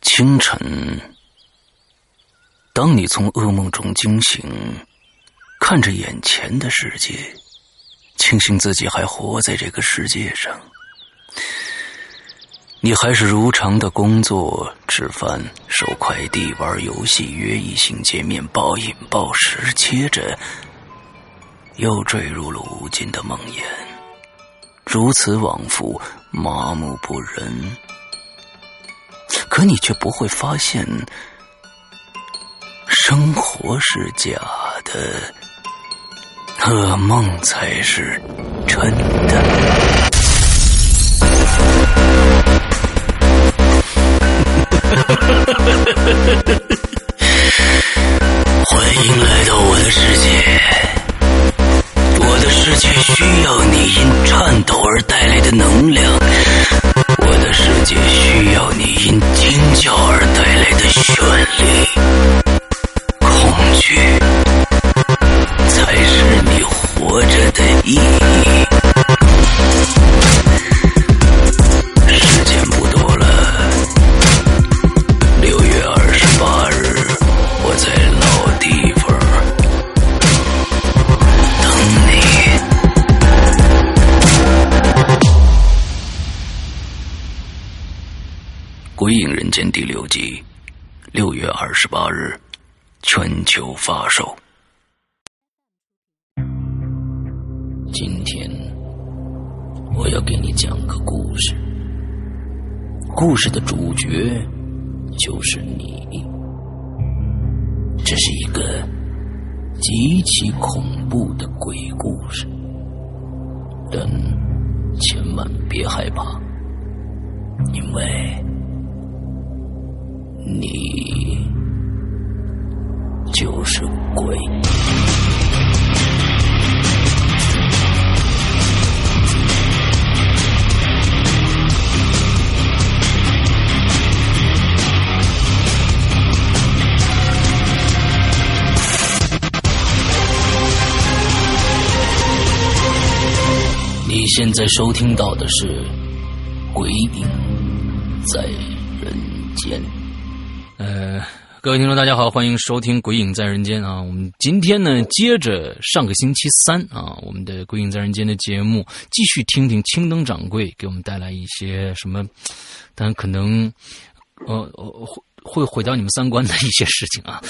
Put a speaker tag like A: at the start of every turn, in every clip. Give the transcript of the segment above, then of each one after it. A: 清晨，当你从噩梦中惊醒，看着眼前的世界，庆幸自己还活在这个世界上，你还是如常的工作、吃饭、收快递、玩游戏、约异性见面、暴饮暴食，接着又坠入了无尽的梦魇，如此往复，麻木不仁。可你却不会发现，生活是假的，噩梦才是真的。 欢迎来到我的世界，我的世界需要你因颤抖而带来的能量。我的世界需要你因惊叫而带来的绚丽，恐惧才是你活着的意义。时间不多了，六月二十八日，我在老地方等你。《鬼影人间》第六集，六月二十八日全球发售。今天我要给你讲个故事，故事的主角就是你。这是一个极其恐怖的鬼故事，但千万别害怕，因为。你就是鬼。你现在收听到的是《鬼影在人间》。呃，各位听众，大家好，欢迎收听《鬼影在人间》啊！我们今天呢，接着上个星期三啊，我们的《鬼影在人间》的节目，继续听听青灯掌柜给我们带来一些什么，当然可能呃呃会会毁掉你们三观的一些事情啊。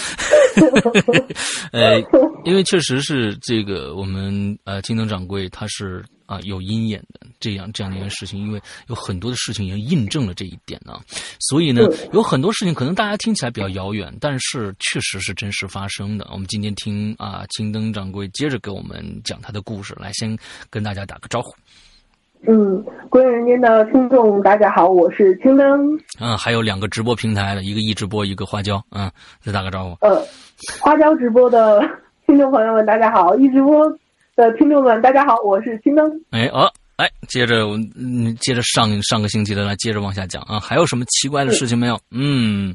A: 呃，因为确实是这个我们呃青灯掌柜他是啊、有鹰眼的这样这样的一件事情，因为有很多的事情也印证了这一点啊。所以呢，有很多事情可能大家听起来比较遥远，但是确实是真实发生的。我们今天听啊，青灯掌柜接着给我们讲他的故事，来先跟大家打个招呼。
B: 嗯，归人间的听众，大家好，我是青灯。
A: 嗯，还有两个直播平台的，一个一直播，一个花椒。嗯，再打个招呼。
B: 呃，花椒直播的听众朋友们，大家好；一直播的听众们，大家好，我是青灯。
A: 哎，哦，哎，接着我们嗯，接着上上个星期的来，接着往下讲啊。还有什么奇怪的事情没有？嗯，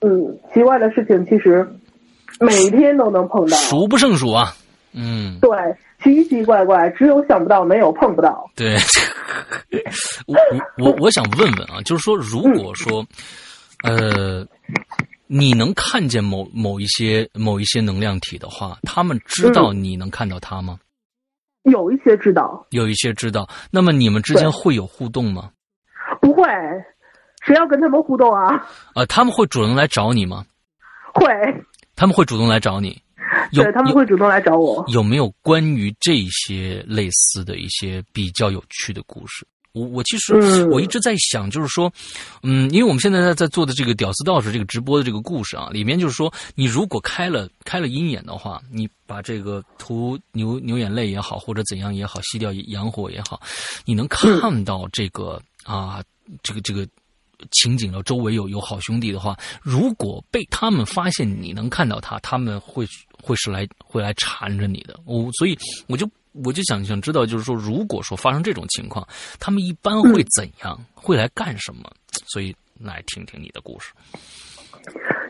B: 嗯，奇怪的事情其实每天都能碰到，
A: 数不胜数啊。嗯，
B: 对，奇奇怪怪，只有想不到，没有碰不到。
A: 对， 我我我我想问问啊，就是说，如
B: 嗯
A: 果说，呃，你能看见某某一些某一些能量体的话，他们知道
B: 嗯
A: 你能看到他吗？
B: 有一些知道，
A: 有一些知道，那么你们之间
B: 对
A: 会有互动吗？
B: 不会，谁要跟他们互动啊？
A: 呃，他们会主动来找你吗？
B: 会，
A: 他们会主动来找你？有
B: 对他们
A: 有
B: 会主动来找我。
A: 有没有关于这些类似的一些比较有趣的故事？我我其实
B: 嗯
A: 我一直在想，就是说，嗯，因为我们现在在在做的这个“屌丝道士”这个直播的这个故事啊，里面就是说，你如果开了开了鹰眼的话，你把这个涂牛牛眼泪也好，或者怎样也好，吸掉阳火也好，你能看到这个、啊，这个这个情景了，周围有有好兄弟的话，如果被他们发现你能看到他，他们会会是来会来缠着你的。我、所以我就我就想想知道，就是说，如果说发生这种情况，他们一般会怎样，会来干什么？所以来听听你的故事。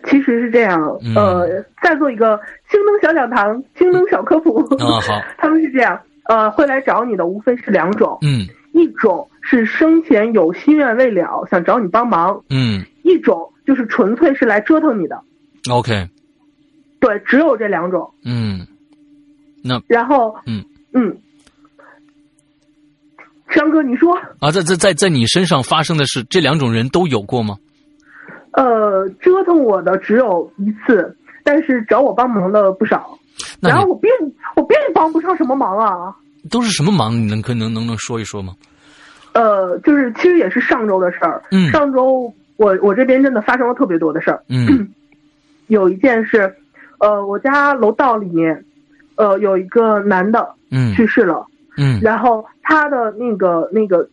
B: 其实是这样，
A: 嗯
B: 呃，再做一个青灯小讲堂、青灯小科普。
A: 啊，好，
B: 他们是这样，呃，会来找你的无非是两种，
A: 嗯
B: 一种是生前有心愿未了，想找你帮忙；
A: 嗯
B: 一种就是纯粹是来折腾你的。
A: OK，
B: 对，只有这两种。
A: 嗯，那
B: 然后，
A: 嗯
B: 嗯，山哥，你说，
A: 啊，在在在在你身上发生的事，这两种人都有过吗？
B: 呃，折腾我的只有一次，但是找我帮忙的不少。
A: 那
B: 然后
A: 你
B: 我并我并帮不上什么忙啊。
A: 都是什么忙？你能可能能能说一说吗？
B: 呃，就是其实也是上周的事儿。
A: 嗯
B: 上周我我这边真的发生了特别多的事儿。
A: 嗯
B: 有一件是，呃，我家楼道里面，呃，有一个男的
A: 嗯
B: 去世了，
A: 嗯
B: 然后他的那个那个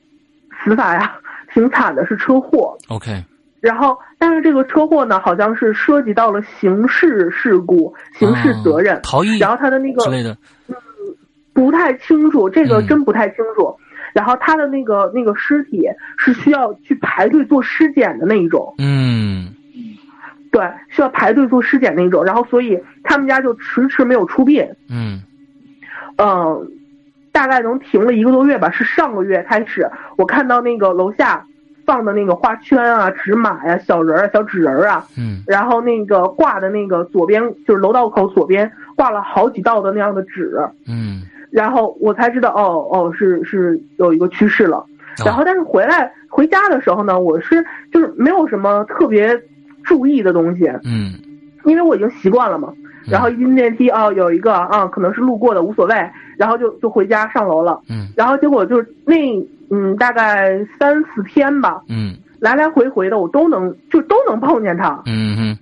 B: 死法呀， 挺惨的，是车祸。
A: ，OK，
B: 然后，但是这个车祸呢，好像是涉及到了刑事事故、刑事责任，
A: 啊逃逸
B: 然后他的那
A: 之
B: 个
A: 类的。
B: 不太清楚，这个
A: 嗯
B: 真不太清楚。然后他的那个那个尸体是需要去排队做尸检的那一种，
A: 嗯
B: 对，需要排队做尸检那一种。然后，所以他们家就迟迟没有出殡，
A: 嗯
B: 嗯，大概能停了一个多月吧，是上个月开始，我看到那个楼下放的那个花圈啊、纸马呀、小人儿啊、小纸人儿啊，
A: 嗯
B: 然后那个挂的那个左边就是楼道口左边挂了好几道的那样的纸，
A: 嗯，
B: 然后我才知道哦哦是是有一个去世了，然
A: 啊
B: 后但是回来回家的时候呢，我是就是没有什么特别注意的东西，
A: 嗯
B: 因为我已经习惯了嘛。然后一进电梯，哦，有一个啊，可能是路过的，无所谓，然后就就回家上楼了。
A: 嗯
B: 然后结果就是那嗯，大概三四天吧，
A: 嗯
B: 来来回回的我都能就都能碰见他，
A: 嗯嗯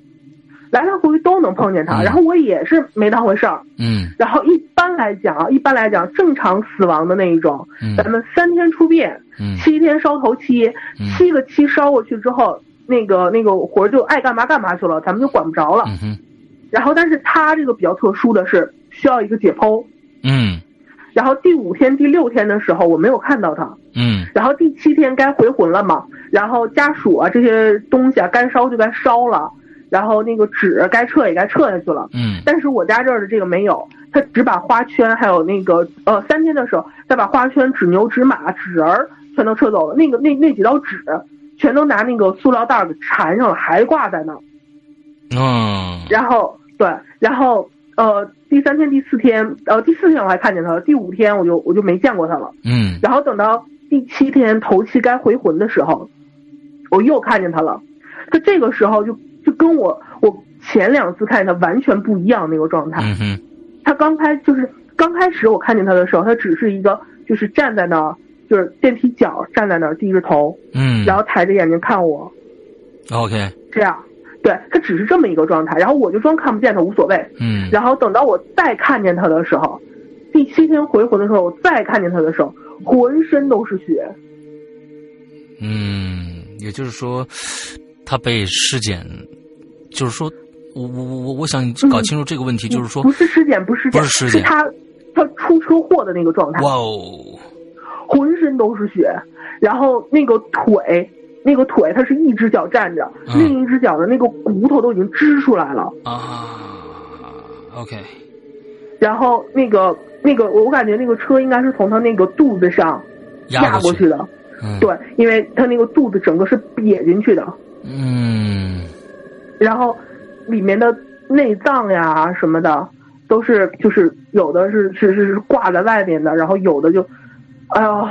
B: 来来回回都能碰见他。
A: 嗯
B: 然后我也是没当回事儿。
A: 嗯
B: 然后一般来讲啊，一般来讲，正常死亡的那一种，
A: 嗯
B: 咱们三天出殡，
A: 嗯
B: 七天烧头七，
A: 嗯
B: 七个七烧过去之后，那个那个活儿就爱干嘛干嘛去了，咱们就管不着了。
A: 嗯哼
B: 然后，但是他这个比较特殊的是需要一个解剖。
A: 嗯
B: 然后第五天、第六天的时候，我没有看到他。
A: 嗯
B: 然后第七天该回魂了嘛，然后家属啊这些东西啊该烧就该烧了，然后那个纸该撤也该撤下去了。
A: 嗯
B: 但是我家这儿的这个没有，他只把花圈还有那个呃三天的时候，再把花圈、纸牛、纸马、纸人儿全都撤走了，那个那那几道纸全都拿那个塑料袋儿给缠上了，还挂在那儿。
A: 嗯
B: 然后对，然后呃，第三天、第四天，呃，第四天我还看见他了，第五天我就我就没见过他了。
A: 嗯
B: 然后等到第七天头七该回魂的时候，我又看见他了。他这个时候就就跟我我前两次看见他完全不一样那个状态。
A: 嗯哼
B: 他刚开就是刚开始我看见他的时候，他只是一个就是站在那儿，就是电梯角站在那儿低着头，
A: 嗯，
B: 然后抬着眼睛看我，
A: OK
B: 这样。对他只是这么一个状态，然后我就装看不见他无所谓，
A: 嗯
B: 然后等到我再看见他的时候，第七天回魂的时候，我再看见他的时候，浑身都是血。
A: 嗯，也就是说，他被尸检，就是说，我我我我我想搞清楚这个问题，就是说
B: 嗯不，是尸检，不是
A: 不是尸
B: 是
A: 检
B: 他他出车祸的那个状态，
A: 哇哦，
B: 浑身都是血，然后那个腿，那个腿他是一只脚站着，
A: 嗯
B: 另一只脚的那个骨头都已经支出来了，
A: 啊，OK，
B: 然后那个那个我感觉那个车应该是从他那个肚子上
A: 压
B: 过
A: 去，
B: 去的，
A: 嗯，
B: 对，因为他那个肚子整个是瘪进去的，
A: 嗯
B: 然后里面的内脏呀什么的，都是就是有的是是是是挂在外面的，然后有的就，哎呦，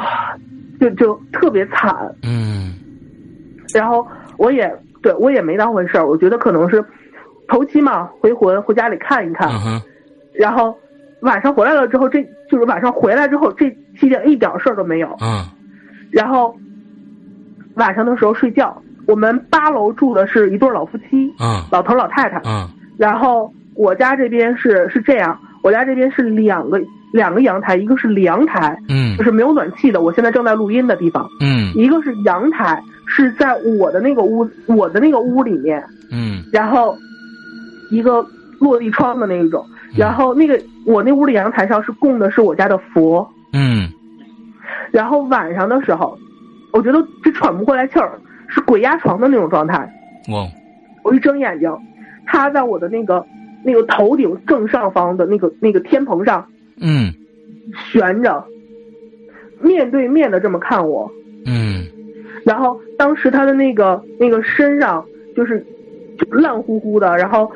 B: 就就特别惨。
A: 嗯
B: 然后我也对我也没当回事儿，我觉得可能是头七嘛，回魂回家里看一看，
A: 嗯哼，
B: 然后晚上回来了之后，这就是晚上回来之后这期间一点事儿都没有，
A: 嗯
B: 然后晚上的时候睡觉。我们八楼住的是一对儿老夫妻，
A: 嗯
B: 老头儿老太太，
A: 嗯
B: 然后我家这边是是这样，我家这边是两个两个阳台，一个是凉台，
A: 嗯
B: 就是没有暖气的，我现在正在录音的地方；
A: 嗯
B: 一个是阳台，是在我的那个屋我的那个屋里面，
A: 嗯
B: 然后一个落地窗的那一种，然后那个我那屋的阳台上是供的是我家的佛，
A: 嗯
B: 然后晚上的时候，我觉得这喘不过来气儿，是鬼压床的那种状态，
A: 哇，哦
B: 我一睁眼睛，他在我的那个那个头顶正上方的那个那个天棚上
A: 嗯
B: 悬着，面对面的这么看我。
A: 嗯
B: 然后当时他的那个那个身上就是烂乎乎的，然后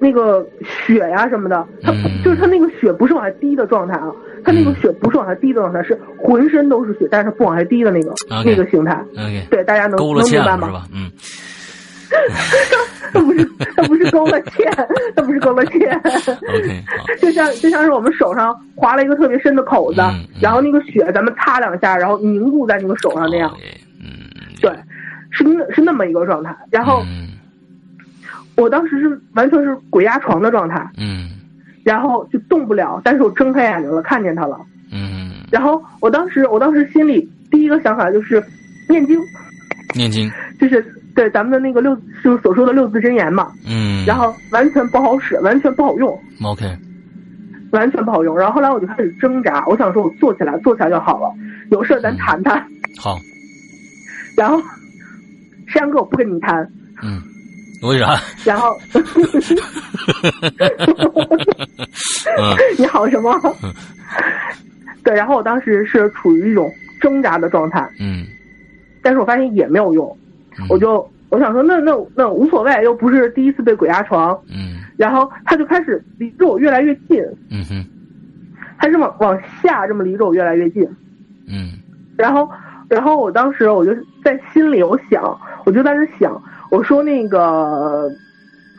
B: 那个血呀、什么的，他
A: 嗯
B: 就是他那个血不是往下滴的状态啊，他那个
A: 嗯
B: 血不是往下滴的状态，是浑身都是血，但是它不往下滴的那个
A: OK
B: 那个形态。
A: ，OK，
B: 对，大家能
A: 勾了
B: 能
A: 芡
B: 明白
A: 了是
B: 吗？
A: 吧？嗯，
B: 他不是他不是勾了芡，他不是勾了芡。
A: OK，好，
B: 就像就像是我们手上划了一个特别深的口子，
A: 嗯嗯
B: 然后那个血咱们擦两下，然后凝固在那个手上那样，
A: OK，嗯，
B: 对，是那是那么一个状态。然后
A: 嗯
B: 我当时是完全是鬼压床的状态，
A: 嗯
B: 然后就动不了，但是我睁开眼睛了，看见他了。
A: 嗯，
B: 然后我当时我当时心里第一个想法就是念经，
A: 念经，
B: 就是对咱们的那个六就是所说的六字真言嘛，
A: 嗯，
B: 然后完全不好使，完全不好用。
A: OK，
B: 完全不好用，然后后来我就开始挣扎，我想说，我坐起来，坐起来就好了，有事儿
A: 嗯
B: 咱谈谈。
A: 好，
B: 然后山哥我不跟你谈，
A: 嗯，为 啥？
B: 然后
A: 嗯
B: 你好什么
A: 嗯？
B: 对，然后我当时是处于一种挣扎的状态，
A: 嗯，
B: 但是我发现也没有用，
A: 嗯
B: 我就我想说那那那无所谓，又不是第一次被鬼压床，
A: 嗯
B: 然后他就开始离着我越来越近，
A: 嗯哼
B: 他是往往下这么离着我越来越近，
A: 嗯
B: 然后，然后我当时我就在心里我想，我就在那想，我说那个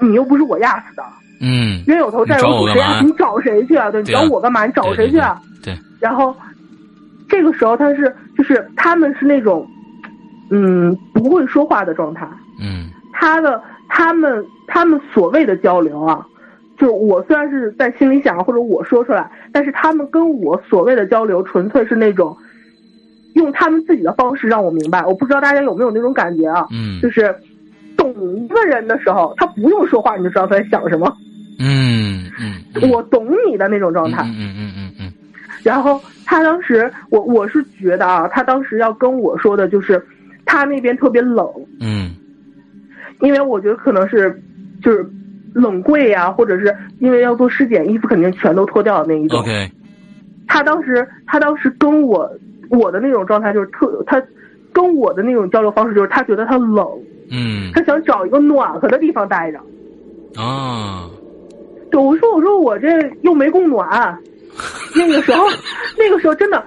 B: 你又不是我压死的，
A: 嗯，
B: 冤有头债有
A: 你找我干
B: 主，谁压
A: 嘛
B: 死你找谁去啊？对，你
A: 对啊
B: 找我干嘛？你找
A: 对
B: 谁去啊？
A: 对对
B: 然后这个时候他是就是他们是那种嗯不会说话的状态，
A: 嗯
B: 他的他们他们所谓的交流啊。就我虽然是在心里想或者我说出来，但是他们跟我所谓的交流，纯粹是那种用他们自己的方式让我明白。我不知道大家有没有那种感觉啊，
A: 嗯
B: 就是懂一个人的时候，他不用说话你就知道他在想什么，
A: 嗯嗯，
B: 我懂你的那种状态。
A: 嗯嗯嗯嗯
B: 然后他当时，我我是觉得啊，他当时要跟我说的就是他那边特别冷，
A: 嗯嗯
B: 因为我觉得可能是就是冷柜呀、或者是因为要做尸检，衣服肯定全都脱掉的那一种。
A: ，OK，
B: 他当时他当时跟我我的那种状态就是特他跟我的那种交流方式就是他觉得他冷，
A: 嗯
B: 他想找一个暖和的地方待着。
A: 啊，
B: 对，我说我说我这又没供暖，那个时候 那个时候真的。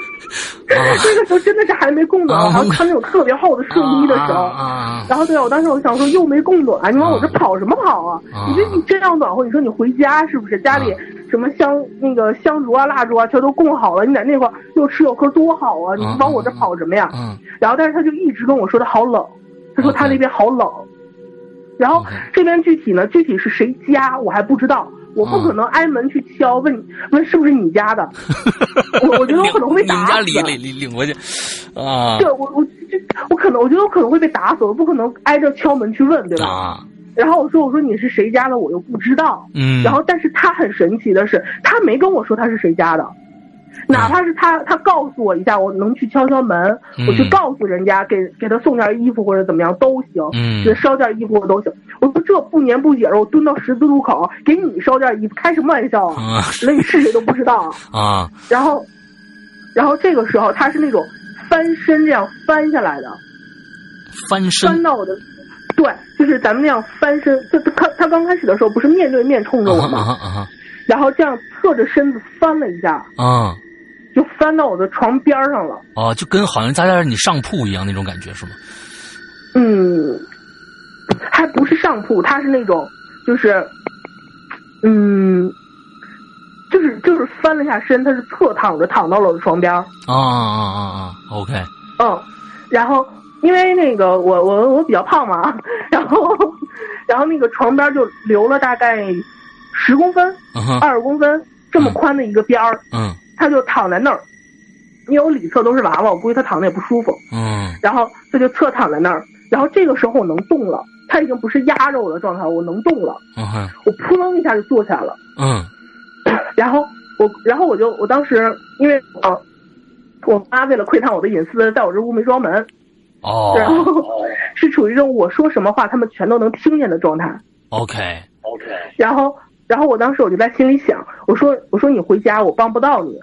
B: 那个时候真的是还没供暖，
A: 啊
B: 我还穿那种特别厚的睡衣的时候，
A: 啊
B: 然后对我当时我想说又没供暖，你往我这跑什么跑啊？
A: 啊
B: 你说你真要暖和，你说你回家是不是？家里
A: 啊
B: 什么香那个香烛啊、蜡烛啊，全都供好了，你在那块儿又吃又喝多好啊！你
A: 啊
B: 往我这跑什么呀？
A: 嗯
B: 然后但是他就一直跟我说他好冷，他说他
A: OK 嗯
B: 那边好冷，然后
A: OK
B: 这边具体呢具体是谁家我还不知道。我不
A: 啊
B: 可能挨门去敲，问问是不是你家的， 我我觉得我可能会
A: 你们
B: 打
A: 家
B: 死。
A: 领领领领回去啊
B: 对我我这我可能我觉得我可能会被打死，我不可能挨着敲门去问，对吧？
A: 啊，
B: 然后我说我说你是谁家的，我又不知道。
A: 嗯，
B: 然后但是他很神奇的是，他没跟我说他是谁家
A: 啊
B: 的，哪怕是他他告诉我一下，我能去敲敲门，我去
A: 嗯
B: 告诉人家给给他送件衣服或者怎么样都行。
A: 嗯
B: 给他烧件衣服我都行，我说这不年不节的，我蹲到十字路口给你烧件衣服，开什么玩笑啊！
A: 啊
B: 连你是谁都不知道啊。
A: 啊
B: 然后，然后这个时候他是那种翻身这样翻下来的，
A: 翻身
B: 翻到我的，对，就是咱们那样翻身，就他他刚开始的时候不是面对面冲着我吗？
A: 啊啊
B: 然后这样侧着身子翻了一下，
A: 啊
B: 就翻到我的床边儿上了。
A: 啊，就跟好像在在你上铺一样那种感觉是吗？
B: 嗯，还不是上铺，他是那种就是，嗯，就是就是翻了一下身，他是侧躺着躺到了我的床边儿。
A: 啊啊啊啊，OK，
B: 嗯，然后因为那个我我我比较胖嘛，然后然后那个床边就留了大概十公分、
A: 嗯哼，
B: 二十公分这么宽的一个边儿，
A: 嗯
B: 他就躺在那儿。因为我里侧都是娃娃，我估计他躺的也不舒服，
A: 嗯
B: 然后他就侧躺在那儿。然后这个时候我能动了，他已经不是压着我的状态，我能动了，
A: 嗯哼，
B: 我扑棱一下就坐起来了。
A: 嗯
B: 然后我，然后我就，我当时因为呃，我妈为了窥探我的隐私，在我这屋没装门，
A: 哦
B: 然后是处于这种我说什么话他们全都能听见的状态。
A: ，OK，
B: 然后，然后我当时我就在心里想，我说我说你回家我帮不到你，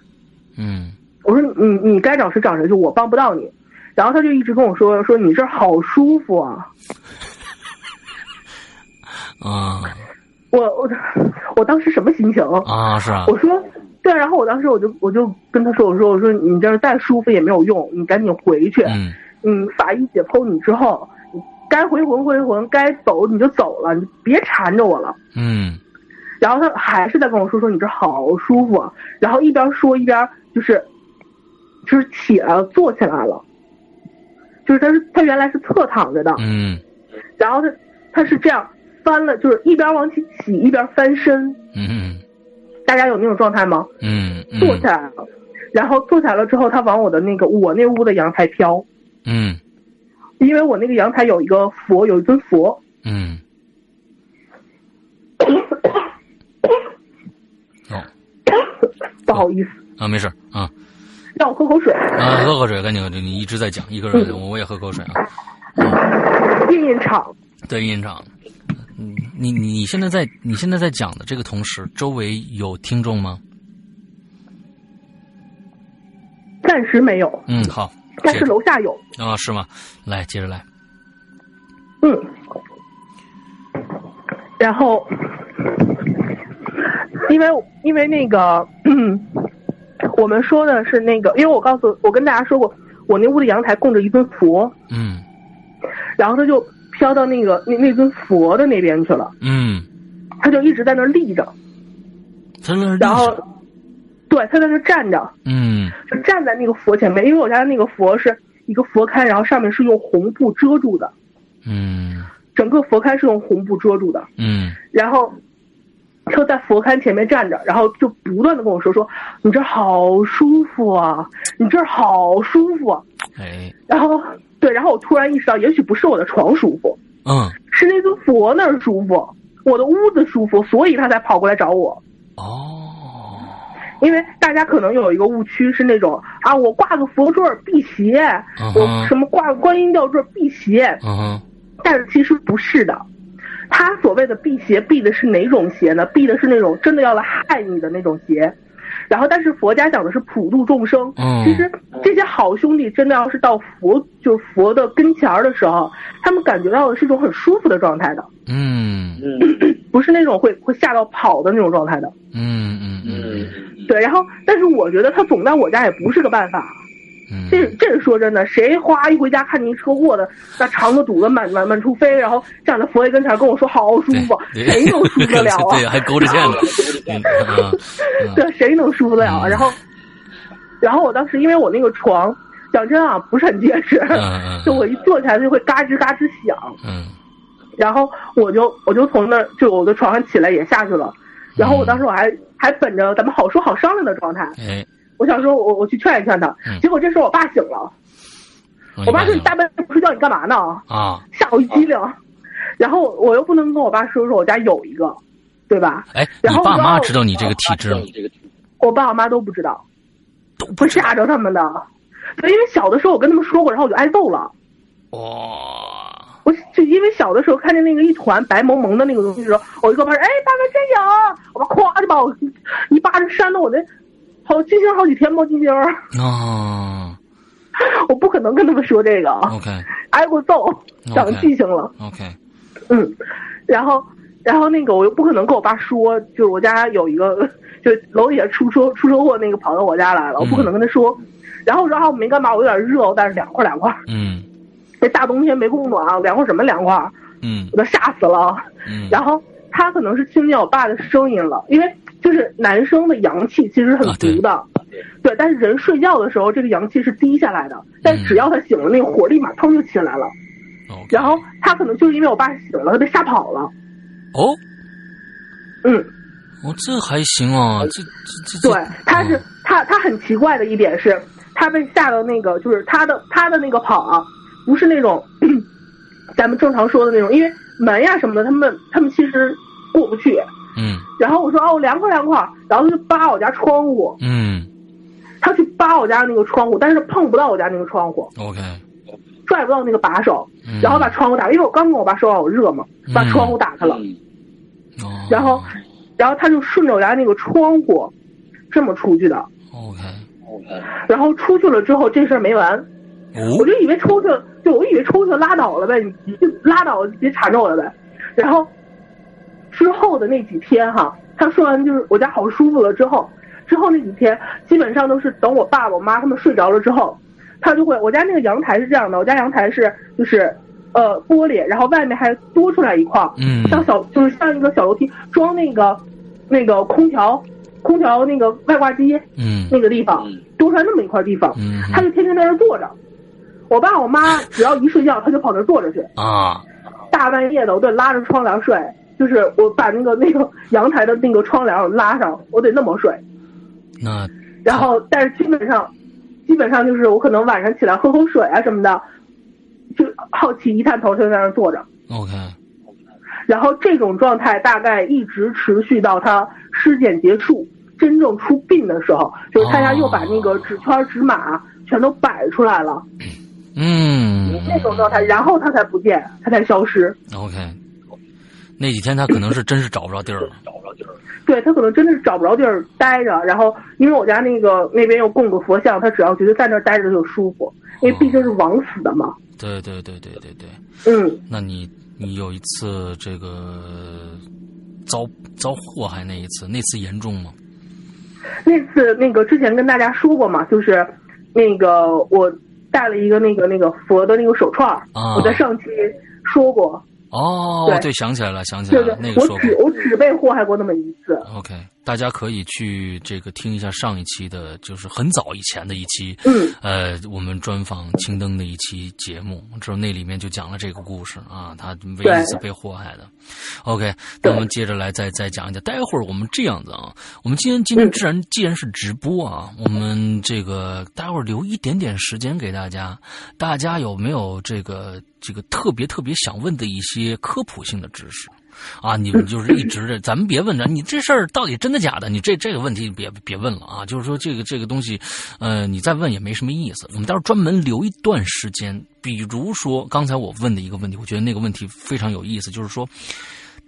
A: 嗯
B: 我说你你该找谁找谁去，我帮不到你。然后他就一直跟我说说你这儿好舒服啊，
A: 啊
B: 我我 我当时什么心情？
A: 啊，是啊，
B: 我说对啊，然后我当时我就我就跟他说，我说我说你这儿再舒服也没有用，你赶紧回去。
A: 嗯
B: 嗯，法医解剖你之后，你该回魂回魂，该走你就走了，你别缠着我了。
A: 嗯
B: 然后他还是在跟我说说你这好舒服，啊，然后一边说一边就是就是起来了，坐起来了，就是他是他原来是侧躺着的，
A: 嗯
B: 然后他他是这样翻了，就是一边往起起一边翻身，
A: 嗯
B: 大家有那种状态吗？
A: 嗯嗯，
B: 坐起来了，然后坐起来了之后，他往我的那个我那屋的阳台飘，
A: 嗯
B: 因为我那个阳台有一个佛，有一尊佛，
A: 嗯，哦
B: 不好意思，
A: 啊，没事儿啊
B: 让我喝口水，
A: 啊，喝口水，赶紧，你一直在讲，一个
B: 嗯
A: 人我我也喝口水啊。
B: 印印场，
A: 对，院长，嗯你你你现在在你现在在讲的这个同时，周围有听众吗？
B: 暂时没有，
A: 嗯，好，
B: 但
A: 接
B: 是
A: 着
B: 楼下有，
A: 啊，是吗？来，接着来，
B: 嗯，然后因为因为那个， 嗯，我们说的是那个，因为我告诉我跟大家说过，我那屋的阳台供着一尊佛，
A: 嗯
B: 然后他就飘到那个那那尊佛的那边去了，
A: 嗯，
B: 他就一直在那儿立着，
A: 他那是
B: 然后，对他在那儿站着，
A: 嗯
B: 就站在那个佛前面，因为我家那个佛是一个佛龛，然后上面是用红布遮住的，
A: 嗯
B: 整个佛龛是用红布遮住的，
A: 嗯
B: 然后就在佛龛前面站着，然后就不断的跟我说说你这儿好舒服啊，你这儿好舒服、啊，
A: 哎
B: 然后对，然后我突然意识到，也许不是我的床舒服，
A: 嗯
B: 是那尊佛那儿舒服，我的屋子舒服，所以他才跑过来找我。
A: 哦
B: 因为大家可能有一个误区是那种啊，我挂个佛坠儿辟邪，
A: 嗯
B: 我
A: 哼
B: 什么挂个观音吊坠儿辟邪，
A: 嗯哼
B: 但是其实不是的。他所谓的辟邪，辟的是哪种邪呢？辟的是那种真的要来害你的那种邪。然后，但是佛家讲的是普度众生。
A: 嗯
B: 其实这些好兄弟真的要是到佛，就是佛的跟前儿的时候，他们感觉到的是一种很舒服的状态的，
A: 嗯
B: 不是那种会会吓到跑的那种状态的。
A: 嗯嗯嗯
B: 对，然后但是我觉得他总在我家也不是个办法。
A: 嗯，
B: 这这是说真的，谁哗一回家看见一车祸的，那肠子堵得满满满处飞，然后站在佛爷跟前跟我说好舒服，
A: 对
B: 谁能舒服得了 啊
A: 对，？还勾着线 呢，嗯啊啊
B: 对，谁能舒服得了啊？
A: 嗯
B: 然后，然后我当时因为我那个床，讲真啊，不是很结实，
A: 嗯嗯
B: 就我一坐起来就会嘎吱嘎吱响，
A: 嗯
B: 然后我就我就从那儿就我的床上起来也下去了，
A: 嗯
B: 然后我当时我还、还本着咱们好说好商量的状态，
A: 哎，
B: 我想说我我去劝一劝他，
A: 嗯哦
B: 结果这时候我爸醒了，
A: 我
B: 我爸说你大
A: 大
B: 半夜不睡觉你干嘛呢？
A: 哎啊，
B: 吓我一激灵。然后我又不能跟我爸说说我家有一个，对吧？
A: 哎，你
B: 然后
A: 爸
B: 我
A: 妈
B: 就
A: 知道你这个体质吗？
B: 我爸我妈都不知道，
A: 都不
B: 我吓着他们的。对，因为小的时候我跟他们说过，然后我就挨揍了。
A: 哇，
B: 我就因为小的时候看见那个一团白蒙蒙的那个东西的时候，我就跟我爸说：“哎，爸爸真有！”啊我爸咵就把我一巴掌扇到我那，好金星好几天冒金星儿。
A: 哦
B: 我不可能跟他们说这个，
A: ，OK
B: 挨过揍，长
A: 哦 OK
B: 记性了。
A: OK，
B: 嗯，然后然后那个我又不可能跟我爸说，就是我家有一个就是楼底下出车出车祸那个跑到我家来了，我不可能跟他说。然后然后我没干嘛，我有点热，但是凉快凉快，
A: 嗯
B: 这大冬天没供暖，啊凉快什么凉快，
A: 嗯
B: 我都吓死了。啊
A: 嗯，
B: 然后他可能是听见我爸的声音了，因为就是男生的阳气其实很足的，对，但是人睡觉的时候这个阳气是低下来的，但只要他醒了，那个火立马腾就起来了。
A: OK
B: 然后他可能就是因为我爸醒了，他被吓跑了，
A: 哦。
B: 嗯。
A: 哦，这还行啊，这这这这
B: 对，他是
A: 嗯
B: 他他很奇怪的一点是，他被吓到那个就是他的他的那个跑啊，不是那种咱们正常说的那种，因为门呀什么的，他们他们其实过不去。
A: 嗯
B: 然后我说哦凉快凉快，然后他就扒我家窗户，
A: 嗯
B: 他去扒我家那个窗户，但是碰不到我家那个窗户，
A: ，OK，
B: 拽不到那个把手，
A: 嗯
B: 然后把窗户打开，因为我刚跟我爸说完我热嘛，把
A: 嗯
B: 窗户打开了，
A: 哦
B: 然后然后他就顺着我家那个窗户这么出去的，
A: OK，
B: 然后出去了之后这事儿没完。我
A: 哦，
B: 就以为出去，就我以为出去拉倒了呗，你就拉倒了，别缠着我了呗。然后之后的那几天哈、他说完就是我家好舒服了之后，之后那几天基本上都是等我爸我妈他们睡着了之后，他就会我家那个阳台是这样的，我家阳台是就是呃玻璃，然后外面还多出来一块儿，
A: 嗯
B: 像小就是像一个小楼梯装那个那个空调空调那个外挂机
A: 嗯
B: 那个地方
C: 嗯
B: 多出来那么一块地方，
A: 嗯
B: 他就天天在那儿坐着。我爸我妈只要一睡觉，他就跑那儿坐着去，
A: 啊，
B: 大半夜的，我得拉着窗帘睡，就是我把那个那个阳台的那个窗帘拉上，我得那么睡。
A: 那
B: 然后，但是基本上，基本上就是我可能晚上起来喝口水啊什么的，就好奇一探头就在那儿坐着。
A: OK，
B: 然后这种状态大概一直持续到他尸检结束，真正出殡的时候，就是他家又把那个纸圈纸马全都摆出来了，
A: 嗯，
B: 那种状态，然后他才不见，他才消失。
A: OK，那几天他可能是真是找不着地儿了。
C: 找不着地儿。
B: 对他可能真的是找不着地儿待着，然后因为我家那个那边又供个佛像，他只要觉得在那儿待着就舒服，因为毕竟是枉死的嘛。
A: 对对对对对对，
B: 嗯，
A: 那你你有一次这个遭遭祸害那一次，那次严重吗？
B: 那次那个之前跟大家说过嘛，就是那个我戴了一个那个那个佛的那个手串儿，
A: 啊
B: 我在上期说过，
A: 哦，
B: 对
A: 对，想起来了，想起来
B: 对
A: 了
B: 对，，
A: 那个
B: 我
A: 说
B: 只
A: 过。
B: 我只被祸害过那么一次。
A: OK，大家可以去这个听一下上一期的，就是很早以前的一期，
B: 嗯，
A: 呃，我们专访青灯的一期节目，之后那里面就讲了这个故事啊，他唯一一次被祸害的。OK，那我们接着来再再讲一讲。待会儿我们这样子啊，我们今天今天
B: 嗯
A: 既然既然是直播啊，我们这个待会儿留一点点时间给大家，大家有没有这个这个特别特别想问的一些科普性的知识？啊，你们就是一直的，咱们别问着你这事儿到底真的假的，你这这个问题别别问了啊。就是说这个这个东西，呃，你再问也没什么意思。我们待会儿专门留一段时间，比如说刚才我问的一个问题，我觉得那个问题非常有意思，就是说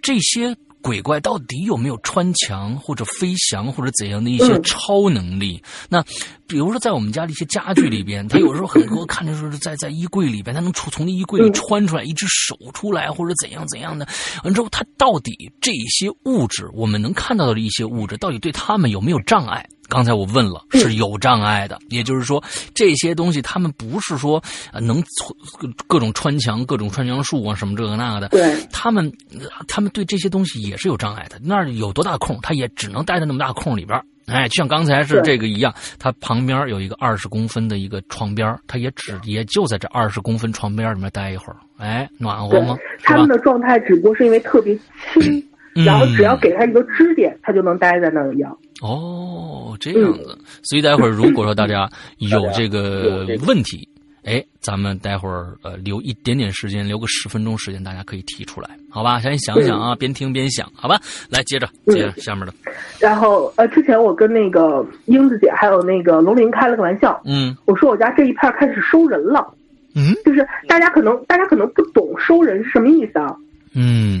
A: 这些鬼怪到底有没有穿墙或者飞翔或者怎样的一些
B: 嗯
A: 超能力？那比如说在我们家的一些家具里边，它有时候很多看着说是在在衣柜里边，它能出从那衣柜里
B: 嗯
A: 穿出来一只手出来，或者怎样怎样的。完之后，它到底这些物质，我们能看到的一些物质，到底对它们有没有障碍？刚才我问了，
B: 嗯
A: 是有障碍的，也就是说，这些东西它们不是说呃能从各各种穿墙、各种穿墙术啊什么这个那个的，
B: 对，
A: 他们呃他们对这些东西也是有障碍的。那儿有多大空，他也只能待在那么大空里边儿。哎，就像刚才是
B: 对
A: 这个一样，他旁边有一个二十公分的一个床边儿，他也只也就在这二十公分床边儿里面待一会儿。哎，暖和
B: 对
A: 吗？，是
B: 他们
A: 吧？
B: 的状态只不过是因为特别轻，
A: 嗯
B: 然后只要给他一个支点，他就能待在那儿一样。
A: 哦，这样
B: 嗯
A: 子。所以待会儿如果说大家有这个
C: 有这个
A: 问题，哎，咱们待会儿呃留一点点时间，留个十分钟时间，大家可以提出来，好吧？先想想
B: 嗯
A: 啊，边听边想，好吧？来，接着接着下面的，
B: 然后呃，之前我跟那个英子姐还有那个龙鳞开了个玩笑，
A: 嗯
B: 我说我家这一片儿开始收人了，
A: 嗯
B: 就是大家可能大家可能不懂收人是什么意思啊，
A: 嗯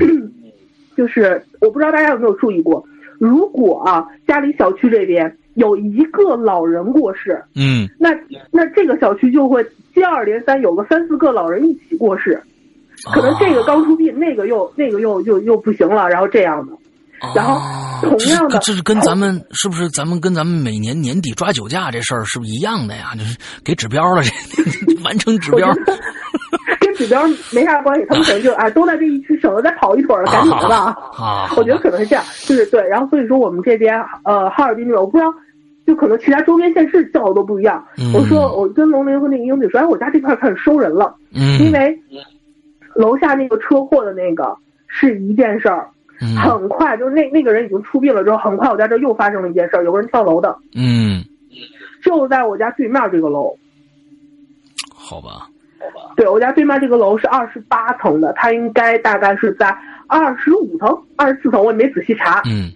B: 就是我不知道大家有没有注意过，如果啊家里小区这边有一个老人过世，
A: 嗯
B: 那那这个小区就会接二连三有个三四个老人一起过世， 可
A: 啊
B: 能
A: 哦
B: 这个刚出殡，那个又那个又又又不行了，然后这样的，
A: 啊，
B: 然后
A: 啊
B: 同样
A: 这是跟
B: 的
A: 这是跟咱们是不是咱们跟咱们每年年底抓酒驾这事儿是不是一样的呀？就是给指标了， 这完成指标。
B: 跟指标没啥关系，他们可能就啊都在这一区，省得再跑一腿了，赶紧的吧。
A: 啊，
B: 我觉得可能是这样，就是对。然后所以说我们这边呃哈尔滨这边，我不知道，就可能其他周边县市叫的都不一样。
A: 嗯
B: 我说我跟龙玲和那个英子说，哎，我家这块开始收人了，
A: 嗯，
B: 因为楼下那个车祸的那个是一件事儿，
A: 嗯
B: 很快就是那那个人已经出殡了之后，很快我家这又发生了一件事儿，有个人跳楼的，
A: 嗯，
B: 就在我家对面这个楼。
A: 好吧，
C: 好吧，
B: 对我家对面这个楼是二十八层的，它应该大概是在二十五层、二十四层，我也没仔细查。
A: 嗯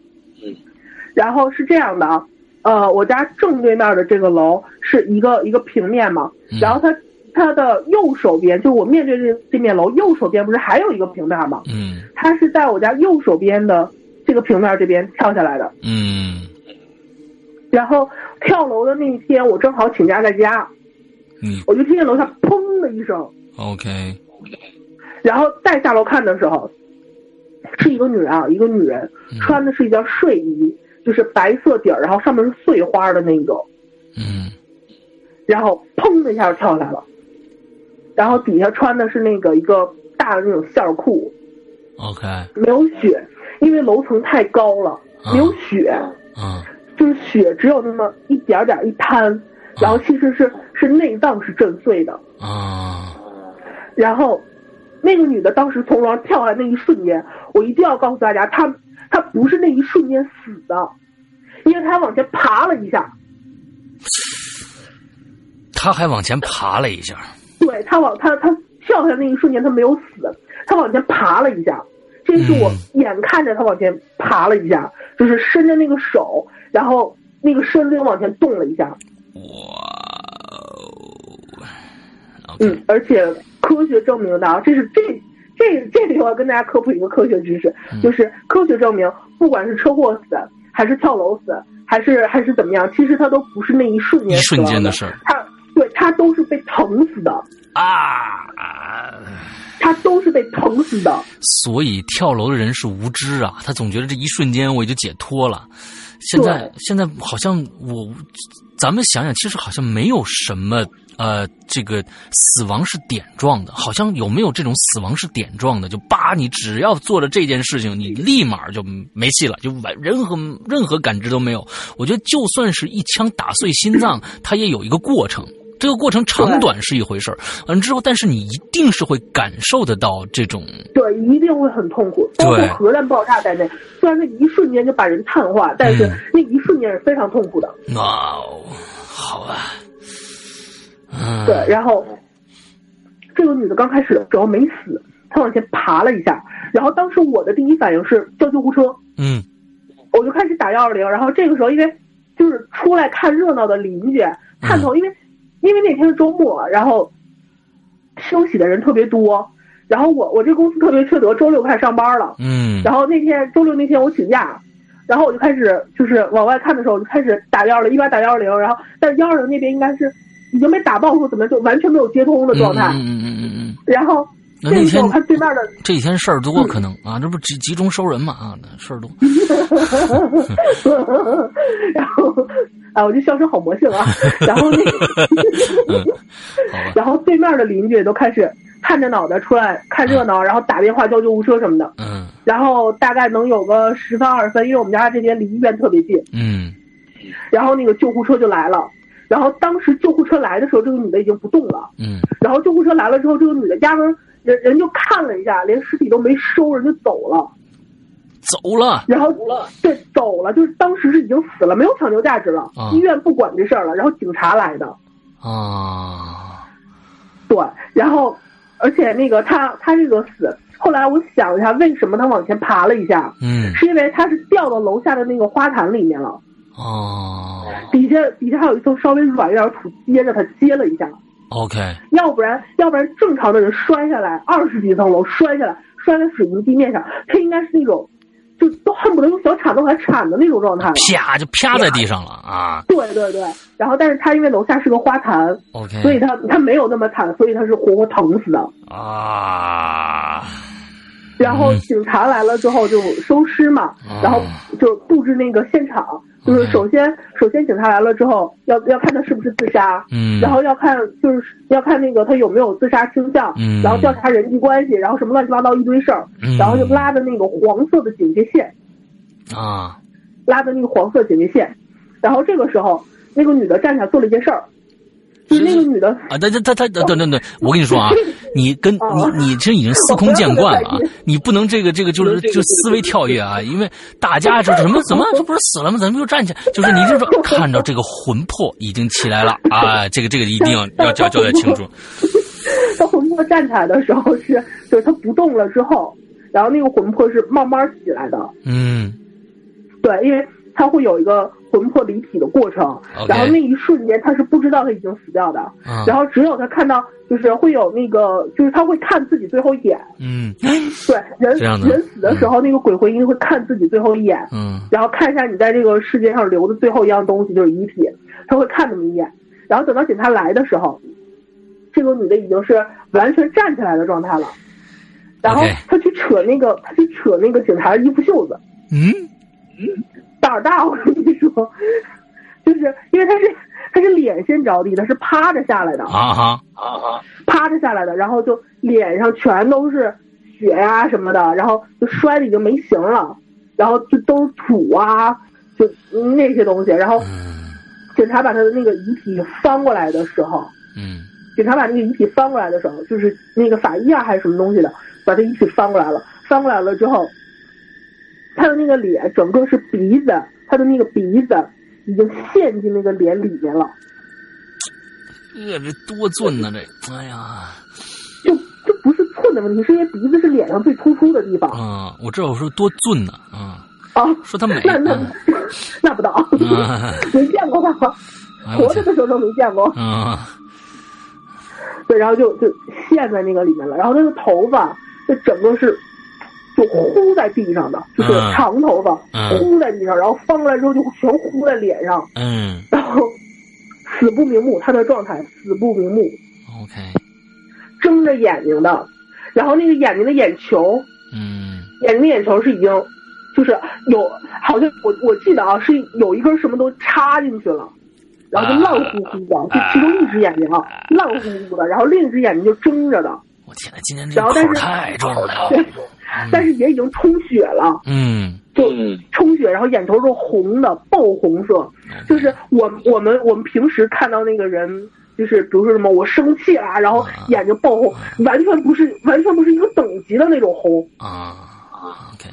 B: 然后是这样的啊，呃，我家正对面的这个楼是一个一个平面嘛，
A: 嗯
B: 然后它它的右手边，就是我面对这这面楼右手边不是还有一个平面吗？
A: 嗯
B: 它是在我家右手边的这个平面这边跳下来的。
A: 嗯，
B: 然后跳楼的那一天，我正好请假在家，
A: 你
B: 我就听见楼下砰的一声，
A: 嗯 OK，
B: 然后再下楼看的时候，是一个女人啊，一个女人
A: 嗯
B: 穿的是一件睡衣，就是白色底儿，然后上面是碎花的那种，
A: 嗯
B: 然后砰的一下就跳下来了，然后底下穿的是那个一个大的那种线儿裤，
A: ，OK，
B: 没有血，因为楼层太高了，没有血，
A: 嗯
B: 就是血只有那么一点儿点儿一滩，然后其实是是内脏是震碎的，
A: 啊
B: 然后那个女的当时从楼上跳下来那一瞬间，我一定要告诉大家，她她不是那一瞬间死的，因为她往前爬了一下，
A: 他还往前爬了一下，
B: 对她往她她跳下来那一瞬间她没有死，她往前爬了一下，这是我
A: 嗯
B: 眼看着她往前爬了一下，就是伸着那个手，然后那个身灵往前动了一下，
A: 哇哦，OK，
B: 嗯，而且科学证明的啊，这是这这这里我要跟大家科普一个科学知识，
A: 嗯
B: 就是科学证明，不管是车祸死，还是跳楼死，还是还是怎么样，其实它都不是那一瞬
A: 一
B: 间死
A: 瞬
B: 亡
A: 间
B: 的
A: 的，事儿
B: 它对它都是被疼死的，
A: 啊。
B: 它都是被疼死的，
A: 所以跳楼的人是无知啊，他总觉得这一瞬间我就解脱了。现在
B: 对
A: 现在好像我，咱们想想，其实好像没有什么呃，这个死亡是点状的，好像有没有这种死亡是点状的？就叭，你只要做了这件事情，
B: 嗯
A: 你立马就没戏了，就完任何任何感知都没有。我觉得就算是一枪打碎心脏，它也有一个过程。这个过程长
B: 对
A: 短是一回事儿，完之后，但是你一定是会感受得到这种
B: 对，一定会很痛苦，包括
A: 对
B: 核弹爆炸在内，虽然那一瞬间就把人碳化，但是
A: 嗯
B: 那一瞬间是非常痛苦的。
A: 哦，好吧，嗯，
B: 对，，然后这个女的刚开始的时候没死，她往前爬了一下，然后当时我的第一反应是叫救护车，
A: 嗯
B: 我就开始打幺二零。然后这个时候因为就是出来看热闹的邻居探
A: 嗯
B: 头，因为因为那天是周末，然后休息的人特别多，然后我我这公司特别缺德，周六开始上班了，
A: 嗯
B: 然后那天周六那天我请假。然后我就开始就是往外看的时候，我就开始打幺二零，一边打幺二零，然后但幺二零那边应该是已经被打爆或者怎么样，就完全没有接通的状态。
A: 嗯嗯嗯嗯嗯，
B: 然后
A: 那
B: 这
A: 那
B: 个时
A: 天
B: 候我看对面的，
A: 这几天事儿多，可能啊，这不集集中收人嘛啊，那事儿多，
B: 然后啊，我就笑声好魔性 啊，然后那个，
A: 嗯，好吧，
B: 然后对面的邻居都开始探着脑袋出来看热闹，然后打电话叫救护车什么的。
A: 嗯
B: 然后大概能有个十分二十分，因为我们家这边离医院特别近，
A: 嗯
B: 然后那个救护车就来了。然后当时救护车来的时候，这个女的已经不动了。
A: 嗯
B: 然后救护车来了之后，这个女的压根儿人人就看了一下，连尸体都没收，人就走了。
A: 走了，
B: 然后对走了，就是当时是已经死了，没有抢救价值了，
A: 啊
B: 医院不管这事儿了，然后警察来的，
A: 啊，
B: 对，然后而且那个他他这个死，后来我想了一下，为什么他往前爬了一下，
A: 嗯
B: 是因为他是掉到楼下的那个花坛里面了，
A: 哦
B: 底下底下还有一层稍微软一点的土接着他接了一下，
A: ，OK，
B: 要不然要不然正常的人摔下来二十几层楼摔下来摔在水泥地面上，他应该是那种就都恨不得用小铲子把他铲的那种状态了。
A: 啪就啪在地上了啊
B: 对对对，然后但是他因为楼下是个花坛，
A: ，OK，
B: 所以他他没有那么惨，所以他是活活疼死的。
A: 嗯啊，
B: 然后
A: 嗯
B: 警察来了之后就收尸嘛，
A: 哦
B: 然后就布置那个现场，就是首先首先警察来了之后要要看他是不是自杀。
A: 嗯，
B: 然后要看，就是要看那个他有没有自杀倾向，
A: 嗯
B: 然后调查人际关系，然后什么乱七八糟一堆事儿，
A: 嗯
B: 然后就拉的那个黄色的警戒线，
A: 啊，
B: 拉的那个黄色警戒线，然后这个时候那个女的站起来做了一件事儿，就是那个女的
A: 啊，他他他他等等等，我跟你说啊，你跟
B: 哦
A: 你你这已经司空见惯了啊
B: 我不要这么在意，
A: 你不能这个这个就是就思维跳跃啊，因为大家就是什么怎么这不是死了吗？咱们就站起来，就是你这 种看到这个魂魄已经起来了啊，这个这个一定要要交交代清楚，
B: 他魂魄站起来的时候是， 就是他不动了之后，然后那个魂魄是慢慢起来的，
A: 嗯
B: 对，因为他会有一个魂魄离体的过程
A: OK
B: 然后那一瞬间他是不知道他已经死掉的，
A: 啊
B: 然后只有他看到就是会有那个，就是他会看自己最后一眼，
A: 嗯
B: 对，人
A: 这样的
B: 人死的时候，那个鬼魂音会看自己最后一眼，
A: 嗯
B: 然后看一下你在这个世界上留的最后一样东西就是遗体，他会看那么一眼，然后等到警察来的时候，这个女的已经是完全站起来的状态了，然后
A: OK
B: 他去扯那个，他去扯那个警察的衣服袖子，
A: 嗯，
B: 胆儿大，我跟你说， 就是因为他是他是脸先着地的，是趴着下来的，
A: 啊哈，
B: 趴着下来的，然后就脸上全都是血呀、什么的，然后就摔的已经没形了，然后就都是土啊，就那些东西。然后
A: 嗯
B: 警察把他的那个遗体翻过来的时候，
A: 嗯
B: 警察把那个遗体翻过来的时候，就是那个法医啊还是什么东西的，把他遗体翻过来了，翻过来了之后，他的那个脸整个是鼻子，他的那个鼻子已经陷进那个脸里面了，
A: 这哎这多俊呢、这，哎呀，
B: 就就不是寸的问题，是因为鼻子是脸上最突出的地方
A: 嗯，我知道我说多俊呢、啊，
B: 啊。
A: 说他美，
B: 那那
A: 嗯
B: 那不到，
A: 啊，
B: 没见过他，
A: 哎
B: 活
A: 我
B: 着
A: 天，
B: 的时候都没见过。
A: 啊，
B: 对，然后就就陷在那个里面了，然后他的头发就整个是就糊在地上的，就是
A: 嗯
B: 长头发
A: 嗯
B: 糊在地上，然后翻过来之后就全糊在脸上，
A: 嗯
B: 然后死不瞑目，他的状态死不瞑目，
A: ，OK，
B: 睁着眼睛的，然后那个眼睛的眼球，
A: 嗯
B: 眼睛的眼球是已经就是有好像我我记得啊是有一根什么都插进去了。然后就烂乎乎的，就其中一只眼睛啊，烂乎乎的，然后另一只眼睛就睁着的，
A: 我天呐，今天这口儿太重了，
B: 但是也已经充血了，
A: 嗯，
B: 就充血，然后眼球是红的，爆红色。就是我我们我们平时看到那个人，就是比如说什么我生气啦，然后眼睛爆红，完全不是完全不是一个等级的那种红。
A: 啊，OK，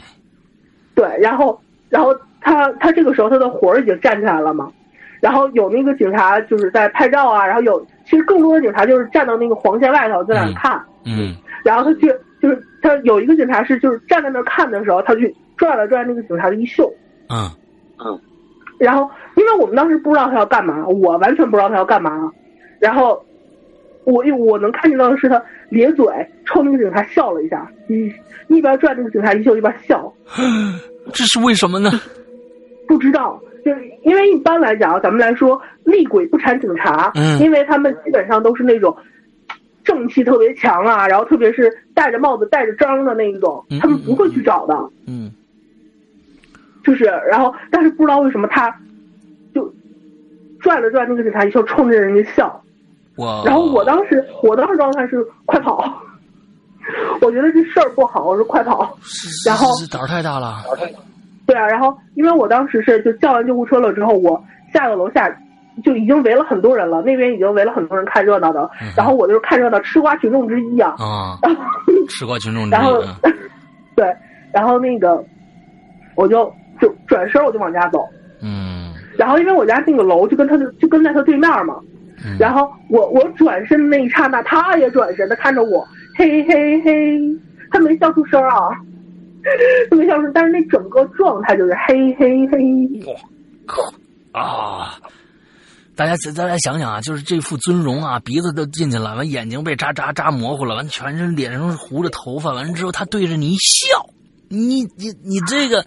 B: 对，然后然后他他这个时候他的魂儿已经站起来了嘛，然后有那个警察就是在拍照啊，然后有其实更多的警察就是站到那个黄线外头在那儿看，
A: 嗯
B: 然后他去就是他有一个警察是就是站在那儿看的时候，他去拽了拽那个警察的衣袖，
A: 嗯
B: 然后因为我们当时不知道他要干嘛，我完全不知道他要干嘛，然后我我能看见到的是他咧嘴冲那个警察笑了一下，嗯，一边拽那个警察衣袖一边笑，
A: 这是为什么呢？
B: 不知道。就是因为一般来讲，咱们来说，厉鬼不缠警察，
A: 嗯
B: 因为他们基本上都是那种正气特别强啊，然后特别是戴着帽子、戴着章的那一种
A: 嗯，
B: 他们不会去找的。
A: 嗯
B: 就是，然后但是不知道为什么他就拽了拽那个警察一袖，冲着人家笑。
A: 我，
B: 然后我当时我当时状态是快跑， 我觉得这事儿不好，我说快跑。
A: 是
B: 然后
A: 是是胆儿太大了，
B: 对啊，然后因为我当时是就叫完救护车了之后，我下到楼下就已经围了很多人了，那边已经围了很多人看热闹的了
A: 嗯哼，
B: 然后我就是看热闹吃瓜群众之一啊。
A: 啊，吃瓜群众之
B: 然后
A: 一，嗯，
B: 对，然后那个我就就转身我就往家走，
A: 嗯
B: 然后因为我家那个楼就跟他的就跟在他对面嘛，
A: 嗯，
B: 然后我我转身那一刹那，他也转身，他看着我，嘿嘿嘿，他没笑出声儿啊， 他没笑出声，但是那整个状态就是嘿嘿嘿，
A: 啊。大家再大家想想啊，就是这副尊容啊，鼻子都进去了，完眼睛被扎扎扎模糊了，完全身脸上是糊着头发，完之后他对着你一笑，你你你这个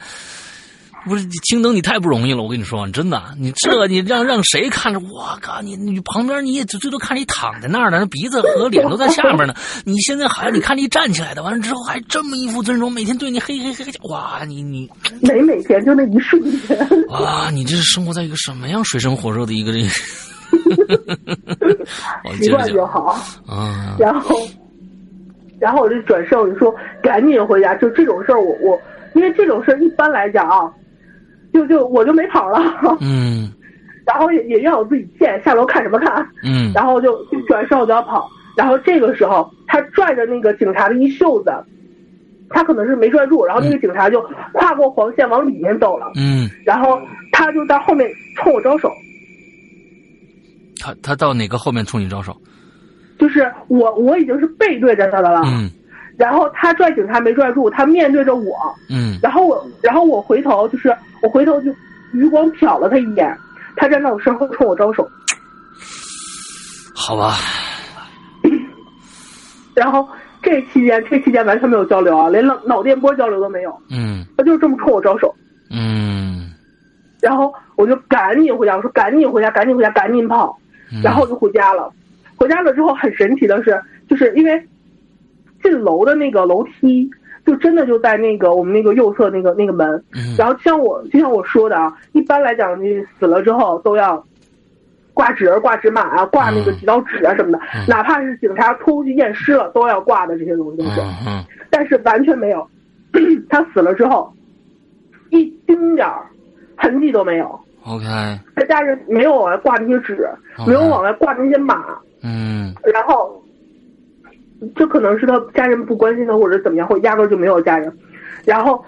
A: 不是青灯，你太不容易了，我跟你说，真的，你这你让让谁看着？我靠，你你旁边你也最最多看你躺在那儿呢，那鼻子和脸都在下边呢，你现在还你看你站起来的，完了之后还这么一副尊容，每天对你嘿嘿嘿嘿，哇，你你
B: 每每天就那一瞬间，
A: 哇，你这是生活在一个什么样水深火热的一个 这？我嗯接
B: 习惯
A: 着
B: 就
A: 讲
B: 好。
A: 啊，
B: 然后，然后我就转身我就说赶紧回家，就这种事儿我我，因为这种事儿一般来讲啊，就就我就没跑了，
A: 嗯
B: 然后也也让我自己贱，下楼看什么看？
A: 嗯
B: 然后就就转身我就要跑，然后这个时候他拽着那个警察的一袖子，他可能是没拽住，然后那个警察就跨过黄线往里面走了，
A: 嗯，
B: 然后他就在后面冲我招手，
A: 他他到哪个后面冲你招手？
B: 就是我我已经是背对着他的了，
A: 嗯
B: 然后他拽警察没拽住，他面对着我，
A: 嗯
B: 然后我然后我回头就是我回头就余光瞟了他一眼，他站在我身后冲我招手，
A: 好吧，
B: 然后这期间这期间完全没有交流啊，连脑脑电波交流都没有，
A: 嗯
B: 他就是这么冲我招手。
A: 嗯
B: 然后我就赶紧回家，我说赶紧回家，赶紧回家，赶紧跑，
A: 嗯，
B: 然后我就回家了。回家了之后很神奇的是，就是因为进楼的那个楼梯，就真的就在那个我们那个右侧那个那个门。
A: 嗯
B: 然后像我就像我说的啊，一般来讲，你死了之后都要挂纸儿、挂纸马啊、挂那个
A: 嗯
B: 几道纸啊什么的，
A: 嗯
B: 哪怕是警察拖去验尸了，都要挂的这些东西都是。
A: 嗯嗯
B: 但是完全没有， 他死了之后，一丁点儿痕迹都没有。
A: ，OK，
B: 他家人没有往外挂那些纸，
A: 哦
B: 没有往外挂那些马，
A: 嗯
B: 然后这可能是他家人不关心他，或者怎么样，或者压根儿就没有家人。然后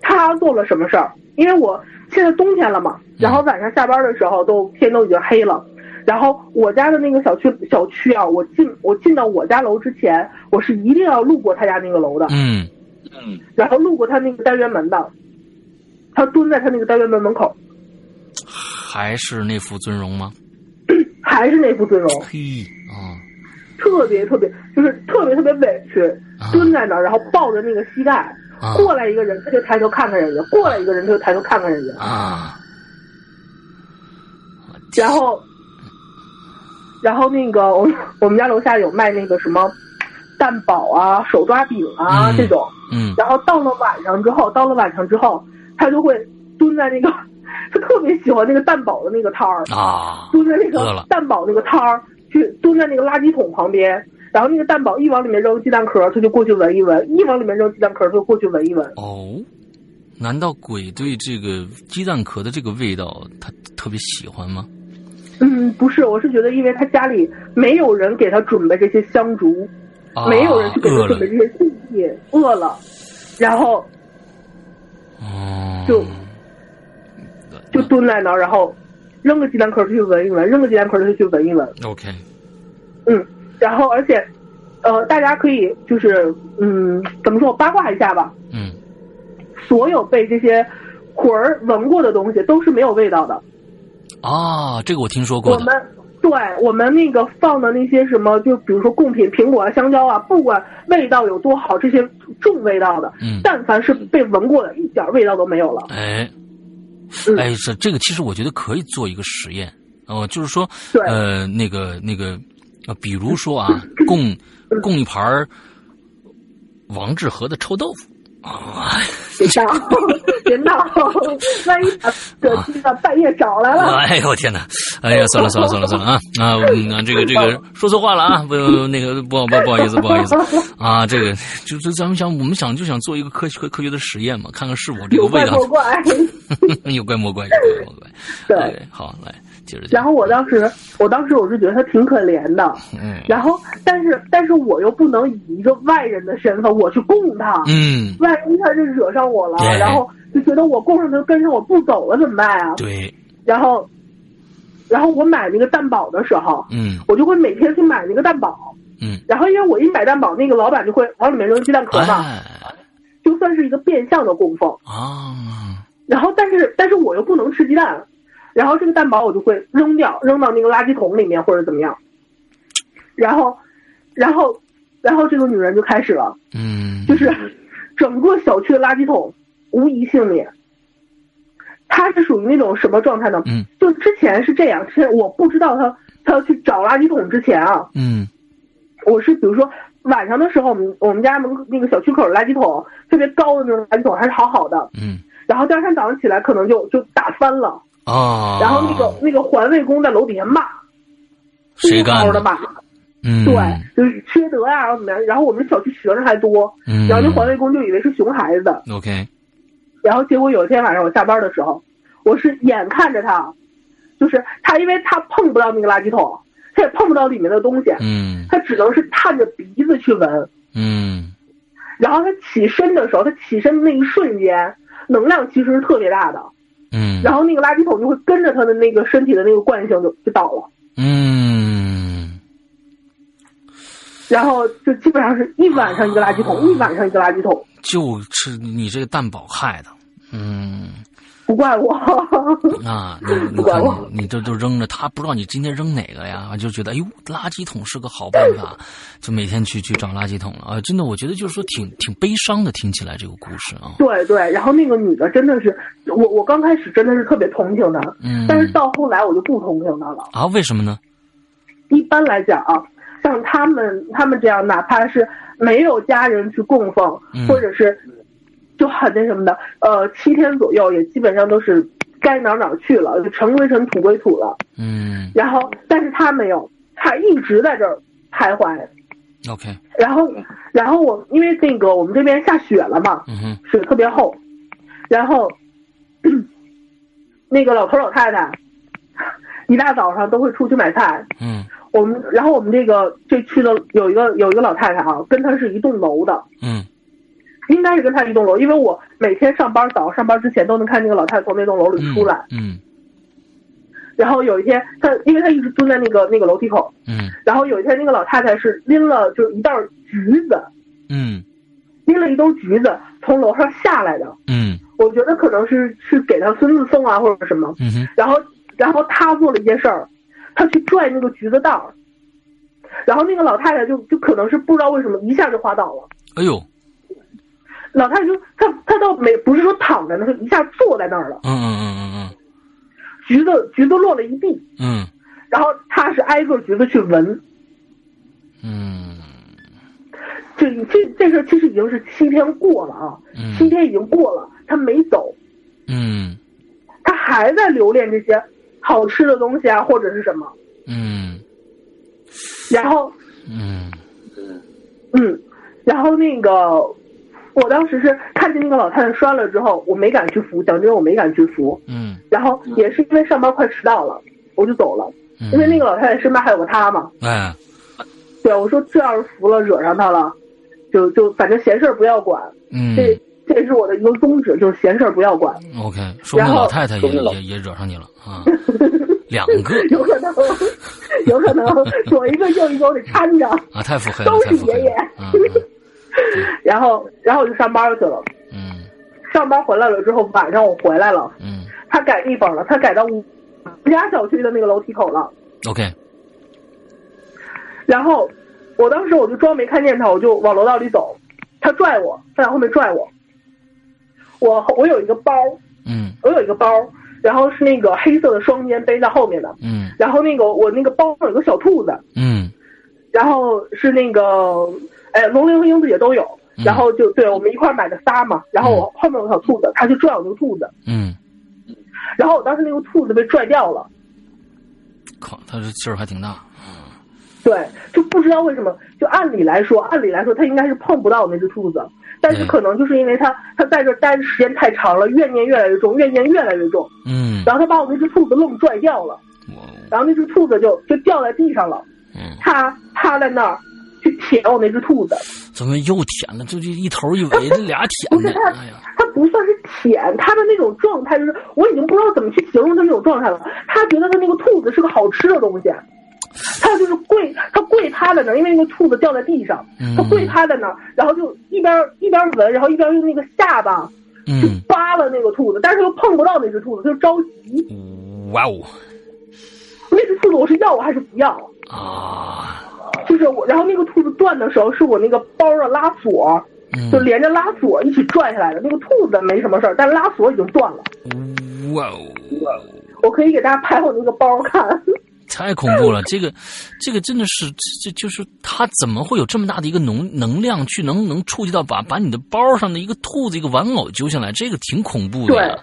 B: 他做了什么事儿？因为我现在冬天了嘛，然
A: 嗯
B: 后晚上下班的时候都天都已经黑了。然后我家的那个小区小区啊，我进我进到我家楼之前，我是一定要路过他家那个楼的，
A: 嗯
B: 然后路过他那个单元门的。他蹲在他那个单元门门口，
A: 还是那副尊容吗？
B: 还是那副尊容，
A: 嘿，啊
B: 特别特别，就是特别特别委屈，
A: 啊
B: 蹲在那儿，然后抱着那个膝盖，
A: 啊
B: 过来一个人，他就抬头看看人家；过来一个人，他就抬头看看人家。
A: 啊，
B: 然后，然后那个我们我们家楼下有卖那个什么蛋堡啊、手抓饼啊、
A: 嗯
B: 这种。
A: 嗯
B: 然后到了晚上之后，到了晚上之后，他就会蹲在那个， 他特别喜欢那个蛋堡的那个摊儿，
A: 啊，
B: 蹲在那
A: 饿
B: 个
A: 了
B: 蛋堡那个摊儿，去蹲在那个垃圾桶旁边。然后那个蛋堡一往里面扔鸡蛋壳，他就过去闻一闻；一往里面扔鸡蛋壳，他就过去闻一闻。
A: 哦，难道鬼对这个鸡蛋壳的这个味道他特别喜欢吗？
B: 嗯，不是，我是觉得，因为他家里没有人给他准备这些香烛，
A: 啊，
B: 没有人去给他
A: 饿
B: 准备
A: 了，
B: 这些贡品，饿了，然后
A: 哦，
B: 就就蹲在那儿，然后扔个鸡蛋壳儿去闻一闻，扔个鸡蛋壳儿去闻一闻，
A: OK，
B: 嗯，然后而且，呃，大家可以就是嗯，怎么说，我八卦一下吧，
A: 嗯
B: 所有被这些魂儿闻过的东西都是没有味道的，
A: 啊，这个我听说过
B: 我
A: 的，
B: 们对我们那个放的那些什么，就比如说贡品、苹果啊、香蕉啊，不管味道有多好，这些重味道的，
A: 嗯。
B: 但凡是被闻过的，一点味道都没有了。
A: 哎，
B: 嗯
A: 哎，是这个，其实我觉得可以做一个实验哦、就是说，
B: 对
A: 呃，那个那个，呃，比如说啊，
B: 嗯
A: 供供一盘儿王致和的臭豆腐啊，
B: 别闹，别闹，万 一
A: 啊
B: 把这听到半夜找来了，
A: 哎呦我天哪，哎呀，算了算了算了算了啊啊，嗯啊这个这个说错话了啊，不那个不好不好不好意思不好意思啊，这个就是咱们想我们想就想做一个科学科学的实验嘛，看看是否这个
B: 有
A: 味
B: 怪
A: 道
B: 莫 怪。
A: 有怪莫怪有怪莫怪，
B: 对
A: 哎，好来接着讲，
B: 然后我当时，我当时我是觉得他挺可怜的，
A: 嗯
B: 然后但是但是我又不能以一个外人的身份我去供他，
A: 嗯。哎
B: 万一他就惹上我了
A: 对，
B: 然后就觉得我供上他跟上我不走了怎么办啊？
A: 对，
B: 然后，然后我买那个蛋堡的时候，
A: 嗯
B: 我就会每天去买那个蛋堡。
A: 嗯，
B: 然后因为我一买蛋堡，那个老板就会往里面扔鸡蛋壳嘛，
A: 哎
B: 就算是一个变相的供奉。
A: 啊，
B: 然后，但是但是我又不能吃鸡蛋，然后这个蛋堡我就会扔掉，扔到那个垃圾桶里面或者怎么样。然后，然后，然后这个女人就开始了，
A: 嗯，
B: 就是整个小区的垃圾桶无一幸免。他是属于那种什么状态呢？
A: 嗯，
B: 就之前是这样，是我不知道他他要去找垃圾桶之前啊，
A: 嗯
B: 我是比如说晚上的时候，我们我们家门口那个小区口的垃圾桶特别高的那种垃圾桶还是好好的，
A: 嗯
B: 然后第二天早上起来可能就就打翻了，
A: 啊，
B: 然后那个、那个环卫工在楼底下骂，
A: 谁干
B: 的骂，
A: 嗯
B: 对，就是缺德啊，然后怎么样？然后我们小区学生还多，
A: 嗯，
B: 然后那环卫工就以为是熊孩子，
A: OK，
B: 然后结果有一天晚上我下班的时候，我是眼看着他，就是他，因为他碰不到那个垃圾桶，他也碰不到里面的东西，
A: 嗯
B: 他只能是探着鼻子去闻。
A: 嗯
B: 然后他起身的时候，他起身的那一瞬间，能量其实是特别大的，
A: 嗯，
B: 然
A: 后
B: 后那个垃圾桶就会跟着他的那个身体的那个惯性就就倒了，
A: 嗯
B: 然后就基本上是一晚上一个垃圾桶，一晚上一个垃圾桶，
A: 就是你这个蛋堡害的，嗯
B: 不怪我。
A: 啊，你你看你你这都扔着，他不知道你今天扔哪个呀，就觉得哎呦，垃圾桶是个好办法，就每天去去找垃圾桶了啊，真的，我觉得就是说挺挺悲伤的，听起来这个故事啊，
B: 对对，然后那个女的真的是，我我刚开始真的是特别同情她，
A: 嗯，
B: 但是到后来我就不同情她了。
A: 啊，为什么呢？
B: 一般来讲啊，像像他们他们这样，哪怕是没有家人去供奉，
A: 嗯
B: 或者是就很那什么的，呃，七天左右也基本上都是该哪儿哪儿去了，就尘归尘，土归土了。
A: 嗯
B: 然后，但是他没有，他一直在这儿徘徊。
A: 嗯，OK，
B: 然后，然后我因为那个我们这边下雪了嘛，
A: 嗯哼，
B: 水特别厚，然后 那个老头老太太一大早上都会出去买菜。
A: 嗯
B: 我们然后我们这个这区的有一个有一个老太太啊，跟她是一栋楼的，
A: 嗯
B: 应该是跟她一栋楼，因为我每天上班早上上班之前都能看那个老太太从那栋楼里
A: 嗯，
B: 出来。
A: 嗯
B: 然后有一天她因为她一直蹲在那个那个楼梯口，
A: 嗯
B: 然后有一天那个老太太是拎了就是一袋橘子，
A: 嗯
B: 拎了一兜橘子从楼上下来的。
A: 嗯
B: 我觉得可能是去给她孙子送啊，或者什么。
A: 嗯哼，
B: 然后，然后他做了一件事儿，他去拽那个橘子袋儿，然后那个老太太就就可能是不知道为什么一下就滑倒了。
A: 哎呦，
B: 老太太就她她倒没不是说躺在那儿，一下坐在那儿了，
A: 嗯嗯嗯
B: 橘子橘子落了一地，
A: 嗯嗯
B: 然后她是挨个橘子去闻。
A: 嗯
B: 这这这事儿其实已经是七天过了啊，七
A: 嗯
B: 天已经过了，她没走，
A: 嗯
B: 她还在留恋这些好吃的东西啊，或者是什么。
A: 嗯
B: 然后
A: 嗯
B: 嗯，然后那个，我当时是看见那个老太太摔了之后，我没敢去扶，讲真的我没敢去扶。
A: 嗯，
B: 然后也是因为上班快迟到了，我就走了，因为那个老太太身边还有个她嘛。
A: 哎，
B: 对，我说这要是扶了惹上她了，就就反正闲事儿不要管，
A: 嗯
B: 这、这也是我的一个宗旨，就是闲事儿不要管，
A: ，OK，说明老太太也也也惹上你了啊，两个
B: 有可能， 有可能左一个右一个我得搀着，
A: 啊，太腹黑了，太腹黑了，嗯
B: 然后然后我就上班去了。
A: 嗯
B: 上班回来了之后，晚上我回来了，
A: 嗯
B: 他改地方了，他改到五五家小区的那个楼梯口了。
A: ，OK，
B: 然后我当时我就装没看见他，我就往楼道里走，他拽我，他在后面拽我。我我有一个包，
A: 嗯
B: 我有一个包，然后是那个黑色的双肩背在后面的，
A: 嗯
B: 然后那个我那个包上有个小兔子，
A: 嗯
B: 然后是那个哎龙鳞和英子也都有，然后就对我们一块儿买的仨嘛，然后我后面有个小兔子，他就拽我那个兔子，
A: 嗯，
B: 然后我当时那个兔子被拽掉了。
A: 靠，他这劲儿还挺大，
B: 对，就不知道为什么，就按理来说，按理来说它应该是碰不到那只兔子，但是
A: 嗯
B: 可能就是因为它它在这儿待的时间太长了，怨念越来越重，怨念越来越重，
A: 嗯，
B: 然后它把我那只兔子愣拽掉了，
A: 我，
B: 然后那只兔子就就掉在地上了，
A: 嗯，
B: 它趴在那儿去舔我那只兔子，
A: 怎么又舔了？就这一头一尾，这俩舔的，哎呀，
B: 它不算是舔，它的那种状态就是我已经不知道怎么去形容它那种状态了，它觉得它那个兔子是个好吃的东西。它就是跪，它跪趴在那儿，因为那个兔子掉在地上，
A: 嗯
B: 他跪趴在那儿，然后就一边一边闻，然后一边用那个下巴去
A: 嗯，
B: 扒拉那个兔子，但是又碰不到那只兔子，他就着急。
A: 哇哦
B: 那只兔子我是要我还是不要？
A: 啊，
B: 就是我，然后那个兔子断的时候是我那个包的拉锁，
A: 嗯
B: 就，连着拉锁一起拽下来的。那个兔子没什么事儿，但是拉锁已经断了。
A: 哇哦。
B: 我可以给大家拍我那个包看。
A: 太恐怖了！这个，这个真的是，这这就是他怎么会有这么大的一个能能量去能能触及到把把你的包上的一个兔子一个玩偶揪下来，这个挺恐怖的呀。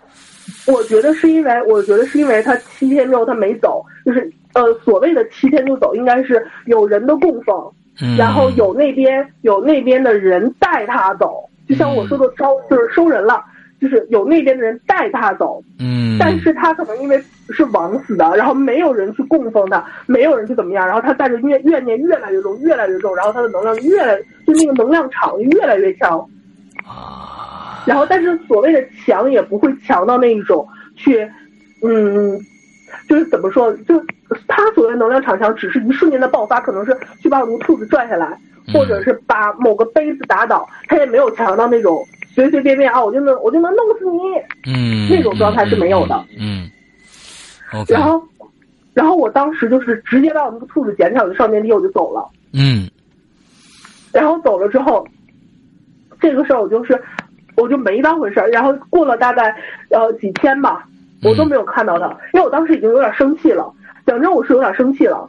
B: 我觉得是因为，我觉得是因为他七天之后他没走，就是呃所谓的七天就走，应该是有人的供奉，
A: 嗯，
B: 然后有那边有那边的人带他走，就像我
A: 嗯
B: 说的招，就是收人了，就是有那边的人带他走，
A: 嗯，
B: 但是他可能因为是枉死的，然后没有人去供奉他，没有人去怎么样，然后他带着怨怨念越来越重，越来越重，然后他的能量越来就那个能量场越来越强，
A: 啊，
B: 然后但是所谓的强也不会强到那一种去，嗯。就是怎么说，就他所谓的能量场强，只是一瞬间的爆发，可能是去把我的兔子拽下来，或者是把某个杯子打倒，他也没有强到那种随随便便啊，我就能我就能弄死你。
A: 嗯
B: 那种状态是没有的，
A: 嗯。嗯 OK，
B: 然后，然后我当时就是直接把我那个兔子捡起来，我就上电梯，我就走了。
A: 嗯
B: 然后走了之后，这个事儿我就是我就没当回事儿。然后过了大概呃几天吧，我都没有看到他，因为我当时已经有点生气了。讲真，我是有点生气了。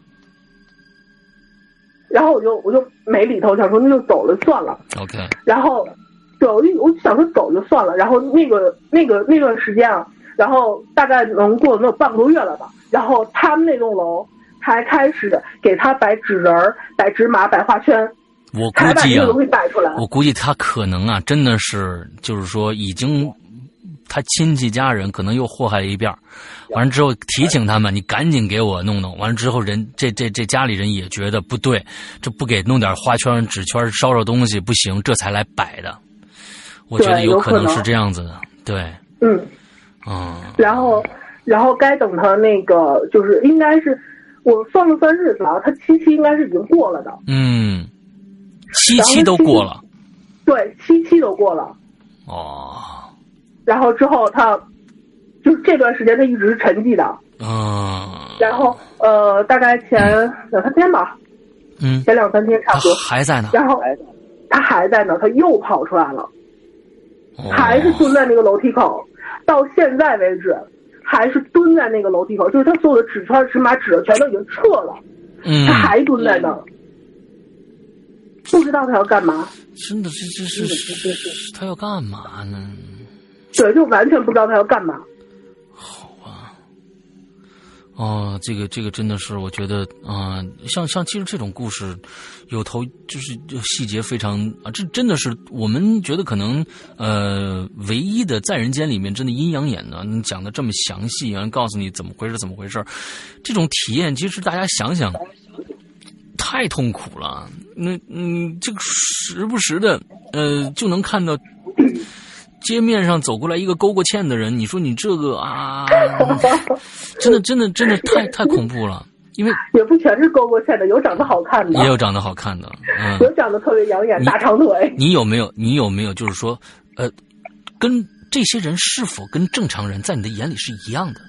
B: 然后我就我就没理他，我想说那就走了算了。
A: OK，
B: 然后，对，我就我想说走就算了。然后那个那个那段时间啊，然后大概能过了能有半个多月了吧。然后他们那栋楼才开始给他摆纸人儿、摆纸马、摆花圈，
A: 我估
B: 才把
A: 计
B: 这
A: 啊
B: 个，东西摆出来。
A: 我估计他可能啊，真的是就是说已经。他亲戚家人可能又祸害了一遍儿，完了之后提醒他们，你赶紧给我弄弄。完了之后人，这这这家里人也觉得不对，这不给弄点花圈、纸圈、烧烧东西不行，这才来摆的。我觉得
B: 对有
A: 可
B: 可
A: 能
B: 能
A: 是这样子的，对，
B: 嗯，
A: 嗯，
B: 然后然后该等他那个就是应该是我算了算日子啊，他七夕应该是已经过了的，
A: 嗯，七
B: 然后
A: 七都
B: 七
A: 过了
B: 对，七夕都过了。
A: 哦，
B: 然后之后他就是这段时间他一直是沉寂的。
A: 嗯，
B: 然后呃，大概前两三天吧，
A: 嗯，
B: 前两三天差
A: 他
B: 不多。
A: 还在呢，
B: 然后哎他还在那儿，他又跑出来了，
A: 哦
B: 还是蹲在那个楼梯口，到现在为止。还是蹲在那个楼梯口，就是他所有的纸圈、纸马、纸全都已经撤了，
A: 嗯
B: 他，还蹲在那儿，不知道他要干嘛。
A: 真的这这是是他要干嘛呢？
B: 对，就完全不知道他要干嘛。
A: 哦，这个这个真的是，我觉得，啊、像像其实这种故事，有头就是就细节非常啊，这真的是我们觉得可能呃唯一的在人间里面真的阴阳眼呢，你讲的这么详细，然后告诉你怎么回事怎么回事，这种体验其实大家想想，太痛苦了。那嗯，这个时不时的呃就能看到。街面上走过来一个勾过芡的人，你说你这个啊，真的，真的，真的太太恐怖了，因为
B: 也不全是勾勾芡的，有长得好看的
A: 也，有长得好看的，嗯，
B: 有长得特别养眼、
A: 你
B: 大长腿。
A: 你有没有，你有没有，就是说，呃，跟这些人是否跟正常人在你的眼里是一样的？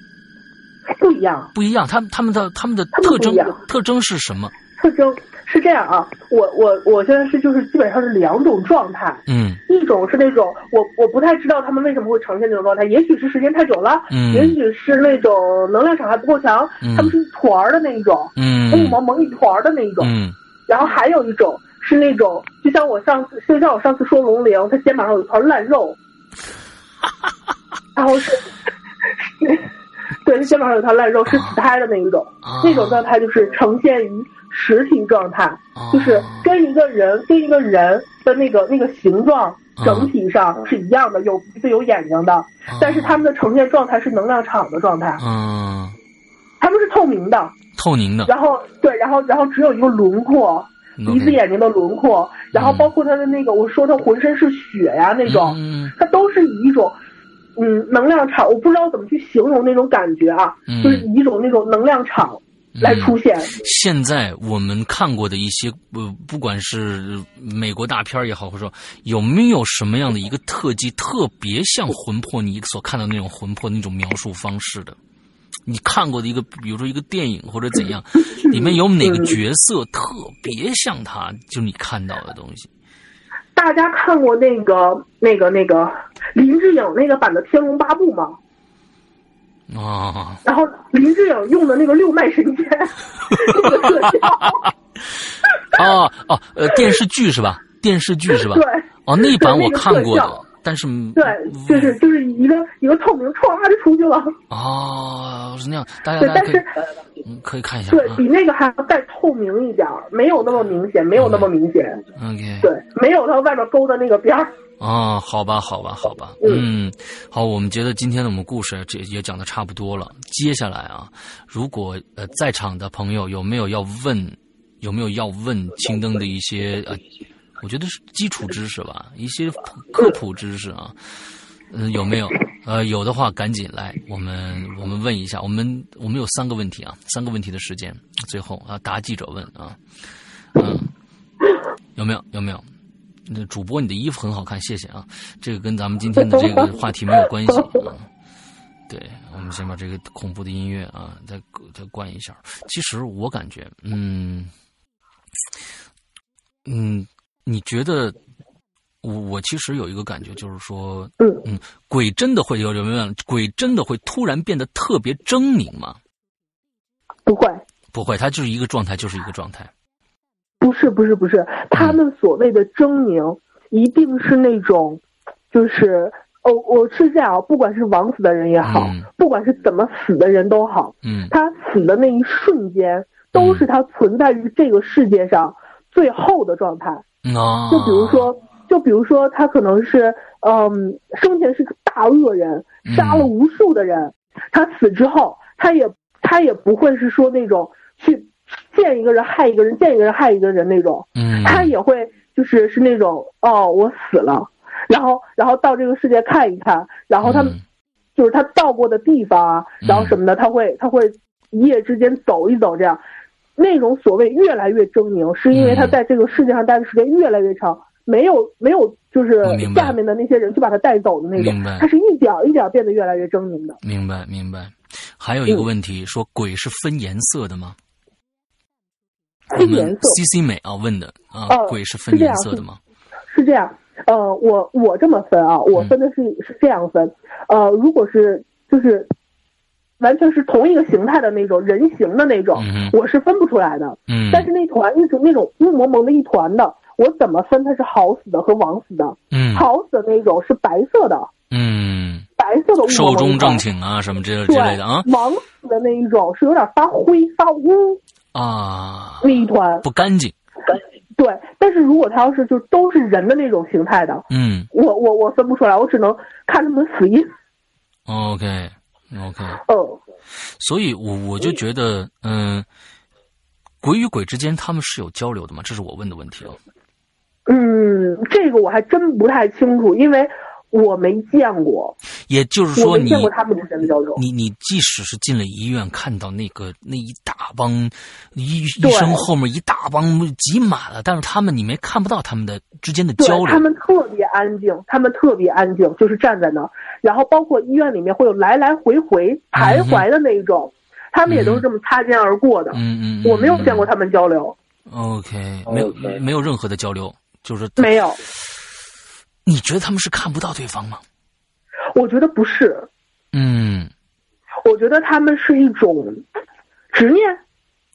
B: 不一样，
A: 不一样，他们他们的他们的
B: 他们
A: 特
B: 不
A: 征
B: 一样
A: 特征是什么？
B: 特征是这样啊。我我我现在是就是基本上是两种状态，
A: 嗯
B: 一种是那种我我不太知道他们为什么会呈现这种状态，也许是时间太久了，
A: 嗯
B: 也许是那种能量场还不够强，
A: 嗯
B: 他们是一团儿的那一种，
A: 嗯
B: 雾蒙蒙一团儿的那一种。
A: 嗯
B: 然后还有一种是那种，就像我上次，就像我上次说龙鳞，它肩膀上有一团烂 肉，然后是，对，它肩膀上有一团烂肉，是死胎的那一种，
A: 啊，
B: 那种状态就是呈现于实体状态，
A: 啊
B: 就是跟一个人跟一个人的那个那个形状整体上是一样的，有鼻子有眼睛的，但是他们的呈现状态是能量场的状态，
A: 嗯
B: 他们是透明的，
A: 透明的，
B: 然后对，然后然后只有一个轮廓。鼻子、眼睛的轮廓，然后包括他的那个，我说他浑身是血呀、那种，
A: 嗯
B: 他都是以一种嗯能量场，我不知道怎么去形容那种感觉啊，
A: 嗯
B: 就是以一种那种能量场来出现。
A: 现在我们看过的一些，呃，不管是美国大片儿也好，或者说有没有什么样的一个特技特别像魂魄，你所看到那种魂魄那种描述方式的？你看过的一个，比如说一个电影或者怎 样，里面有哪个角色特别像他？就你看到的东西，
B: 大家看过那个那个那个林志颖那个版的《天龙八部》吗？
A: 哦，
B: 然后林志颖用的那个六脉神剑，那个特效，
A: 哦哦，呃，电视剧是吧？电视剧是吧？
B: 对
A: 哦，那版我看过
B: 对那个
A: 的
B: 特效，
A: 但是
B: 对，就是就是一个一个透明歘就出去了，
A: 哦是那样，大家
B: 对，
A: 大家
B: 但
A: 可以
B: 是。
A: 嗯，可以看一下。
B: 对
A: 啊
B: 比那个还要再透明一点儿，没有那么明显，没有那么明显，
A: OK，
B: 对，没有它外边勾的那个边儿。
A: 哦，好吧，好吧，好吧，
B: 嗯
A: 嗯，好，我们觉得今天的我们故事啊这也讲的差不多了。接下来啊，如果呃在场的朋友有没有要问，有没有要问青灯的一些呃，我觉得是基础知识吧，一些科普知识啊，嗯、有没有？呃，有的话赶紧来，我们我们问一下，我们我们有三个问题啊，三个问题的时间，最后啊答记者问啊，嗯，有没有？有没有？那主播，你的衣服很好看，谢谢啊。这个跟咱们今天的这个话题没有关系啊。对，我们先把这个恐怖的音乐啊，再再关一下。其实我感觉，嗯，嗯，你觉得我我其实有一个感觉，就是说，
B: 嗯
A: 嗯，鬼真的会有有没有人问？鬼真的会突然变得特别狰狞吗？
B: 不会，
A: 不会，它就是一个状态，就是一个状态。
B: 不不是不是不是，他们所谓的狰狞，一定是那种，就是哦，我是这样，不管是枉死的人也好，
A: 嗯
B: 不管是怎么死的人都好，
A: 嗯
B: 他死的那一瞬间，都是他存在于这个世界上最后的状态。
A: 啊，
B: 就比如说，就比如说，他可能是嗯，生前是个大恶人，
A: 嗯
B: 杀了无数的人，他死之后，他也他也不会是说那种去见一个人害一个人，见一个人害一个人那种，
A: 嗯，
B: 他 也会就是是那种哦，我死了，然后然后到这个世界看一看，然后他、
A: 嗯
B: 就是他到过的地方啊，
A: 嗯
B: 然后什么的，他会他会一夜之间走一走这样。那种所谓越来越狰狞，是因为他
A: 嗯
B: 在这个世界上待的时间越来越长，没有没有就是
A: 我明白
B: 下面的那些人去把他带走的那种
A: 明白，
B: 他是一点儿一点儿变得越来越狰狞的。
A: 明白明白。还有一
B: 嗯
A: 个问题，说鬼是分颜色的吗？我
B: 分
A: 们
B: 颜色
A: C C 美啊问的啊
B: 哦，
A: 鬼是分
B: 是这
A: 颜
B: 样
A: 色的吗？
B: 是这样，呃，我我这么分啊，
A: 嗯
B: 我分的是、是这样分，呃，如果是就是完全是同一个形态的那种人形的那种，
A: 嗯哼
B: 我是分不出来的。
A: 嗯，
B: 但是那团一直那种雾蒙蒙的一团的，我怎么分它是好死的和枉死的？
A: 嗯
B: 好死的那种是白色的，
A: 嗯，
B: 白色的雾蒙
A: 寿
B: 蒙一
A: 终
B: 团
A: 正寝啊什么之类之
B: 对
A: 类的啊
B: 枉死的那一种是有点发灰发乌
A: 啊，
B: 那一团，
A: 不干净。
B: 对。但是如果它要是就都是人的那种形态的，
A: 嗯
B: 我我我分不出来，我只能看他们的死因。
A: ，OK OK。
B: 嗯，
A: 所以我我就觉得，嗯、鬼与鬼之间他们是有交流的吗？这是我问的问题哦。
B: 嗯，这个我还真不太清楚，因为我没见过，
A: 也就是
B: 我
A: 说
B: 没
A: 你，
B: 见过他们之间的交流。
A: 你你即使是进了医院，看到那个那一大帮医医
B: 对
A: 生后面一大帮挤满了，但是他们你没看不到他们的之间的
B: 对
A: 交
B: 他
A: 流。
B: 们特别安静，他们特别安静，就是站在那儿，然后包括医院里面会有来来回回
A: 嗯
B: 徘徊的那一种，他们也都是这么擦肩而过的。
A: 嗯嗯，
B: 我没有见过他们交流，
A: 嗯。OK，没有
C: OK
A: 没有任何的交流，就是
B: 没有，
A: 你觉得他们是看不到对方吗？
B: 我觉得不是，
A: 嗯
B: 我觉得他们是一种执念，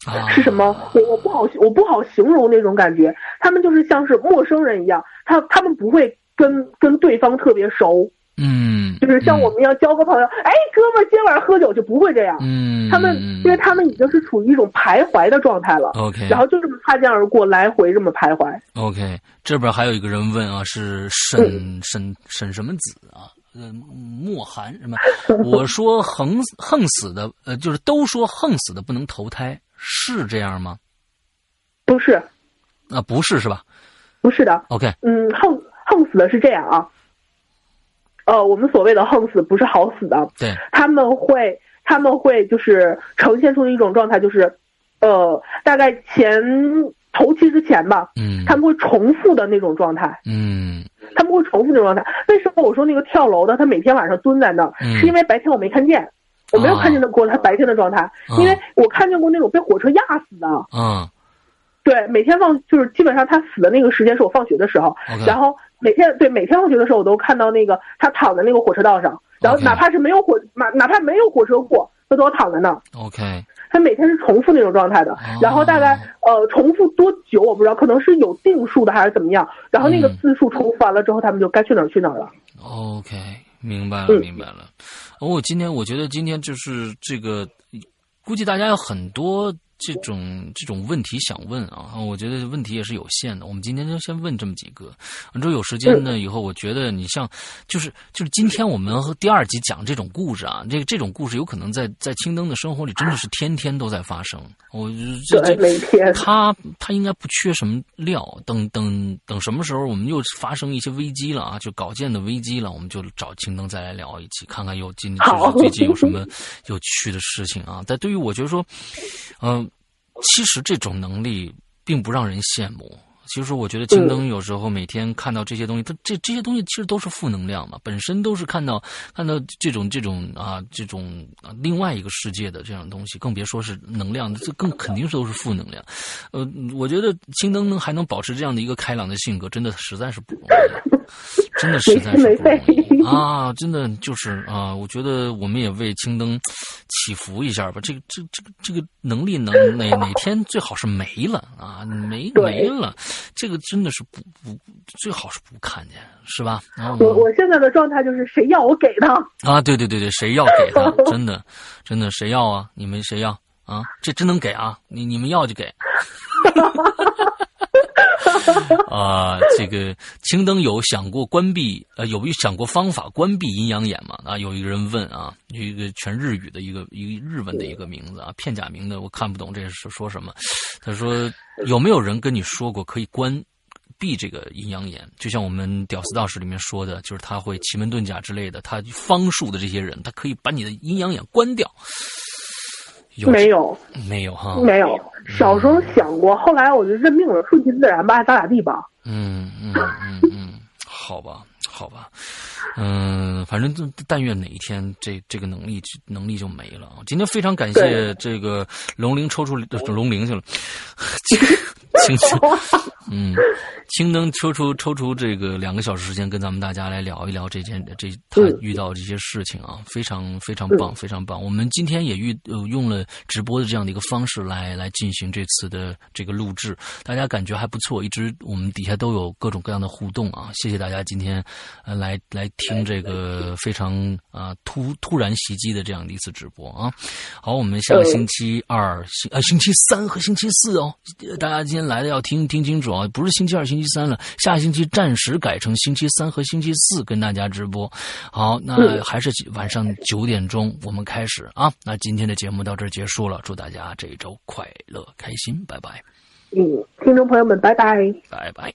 A: 啊
B: 是什么？我我不好我不好形容那种感觉，他们就是像是陌生人一样，他他们不会跟跟对方特别熟，
A: 嗯，
B: 就是像我们一样交个朋友，哎，哥们儿今晚上喝酒就不会这样。
A: 嗯，嗯
B: 他们因为他们已经是处于一种徘徊的状态了
A: 嗯 OK，
B: 然后就这么擦肩而过，来回这么徘徊。
A: OK，这边还有一个人问啊，是
B: 嗯
A: 沈沈沈什么子啊？呃，莫寒什么？ 我说横横死的，呃，就是都说横死的不能投胎，是这样吗？
B: 不是，
A: 啊，不是是吧
B: 不是的，
A: ？OK，
B: 嗯，横横死的是这样啊，呃，我们所谓的横死不是好死的，
A: 对，
B: 他们会他们会就是呈现出一种状态，就是，呃，大概前头七之前吧，
A: 嗯，
B: 他们会重复的那种状态，
A: 嗯
B: 他们会重复那种状态。为什么我说那个跳楼的他每天晚上蹲在那儿，
A: 嗯哦
B: 是因为白天我没看见，我没有看见他过他白天的状态，因为我看见过那种被火车压死的。
A: 嗯
B: 对，每天放就是基本上他死的那个时间是我放学的时候
A: OK
B: 然后每天对每天放学的时候我都看到那个他躺在那个火车道上，然后
A: OK
B: 哪怕是没有火哪哪怕没有火车过，他都躺在那儿。
A: ，OK，
B: 他每天是重复那种状态
A: 哦
B: 的，然后大概呃重复多久我不知道，可能是有定数的还是怎么样。然后那个
A: 嗯
B: 字数重复完了之后，他们就该去哪儿去哪儿了。
A: OK，明白了，
B: 嗯
A: 明白了。哦，我今天我觉得今天就是这个，估计大家有很多这种这种问题想问啊。我觉得问题也是有限的，我们今天就先问这么几个。完之后有时间呢，以后我觉得你像就是就是今天我们和第二集讲这种故事啊，这这种故事有可能在在青灯的生活里真的是天天都在发生。我这
B: 对，
A: 这
B: 每天
A: 他他应该不缺什么料，等等等什么时候我们又发生一些危机了啊，就稿件的危机了，我们就找青灯再来聊一期，看看有今就
B: 好
A: 是最近有什么 有趣的事情啊。但对于我觉得说，嗯、其实这种能力并不让人羡慕。其实我觉得青灯有时候每天看到这些东西，它这这些东西其实都是负能量嘛，本身都是看到看到这种这种啊这种啊另外一个世界的这样东西，更别说是能量，这更肯定是都是负能量。呃，我觉得青灯能还能保持这样的一个开朗的性格，真的实在是不容易，真的实在是不容易啊，真的就是啊，我觉得我们也为青灯祈福一下吧。这个、这、这个、这个能力能哪哪天最好是没了啊，没
B: 对
A: 没了，这个真的是不不最好是不看见，是吧？然后呢
B: 我我现在的状态就是谁要我给他，
A: 啊，对对对对，谁要给他？真的，真的谁要啊？你们谁要啊？这真能给啊！你你们要就给。啊，这个青灯有想过关闭呃，有没有想过方法关闭阴阳眼吗？啊，有一个人问啊，有一个全日语的一个一个日文的一个名字啊，片假名的我看不懂这是说什么。他说有没有人跟你说过可以关闭这个阴阳眼？就像我们《屌丝道士》里面说的，就是他会奇门遁甲之类的，他方术的这些人，他可以把你的阴阳眼关掉。有嗯
B: 没有
A: 没有哈？
B: 没有，小时候想过，后来我就认命了，顺其自然吧，爱咋咋地吧。
A: 嗯嗯嗯嗯，好吧，好吧，嗯，反正这但愿哪一天这这个能力能力就没了啊！今天非常感谢
B: 对
A: 这个龙鳞抽出呃龙鳞去了，青青嗯，青灯抽出抽出这个两个小时时间跟咱们大家来聊一聊这件这他
B: 嗯
A: 遇到这些事情啊，非常非常棒，非常棒。我们今天也遇、呃、用了直播的这样的一个方式来来进行这次的这个录制，大家感觉还不错，一直我们底下都有各种各样的互动啊，谢谢大家今天呃来来听这个非常啊、突突然袭击的这样的一次直播啊。好，我们下个星期二、星呃星期三和星期四哦，呃大家今天来的要听听清楚啊，不是星期二、星期三了，下星期暂时改成星期三和星期四跟大家直播。好，那
B: 嗯
A: 还是晚上九点钟我们开始啊。那今天的节目到这儿结束了，祝大家这一周快乐开心，拜拜，
B: 嗯，听众朋友们，拜拜。
A: 拜拜。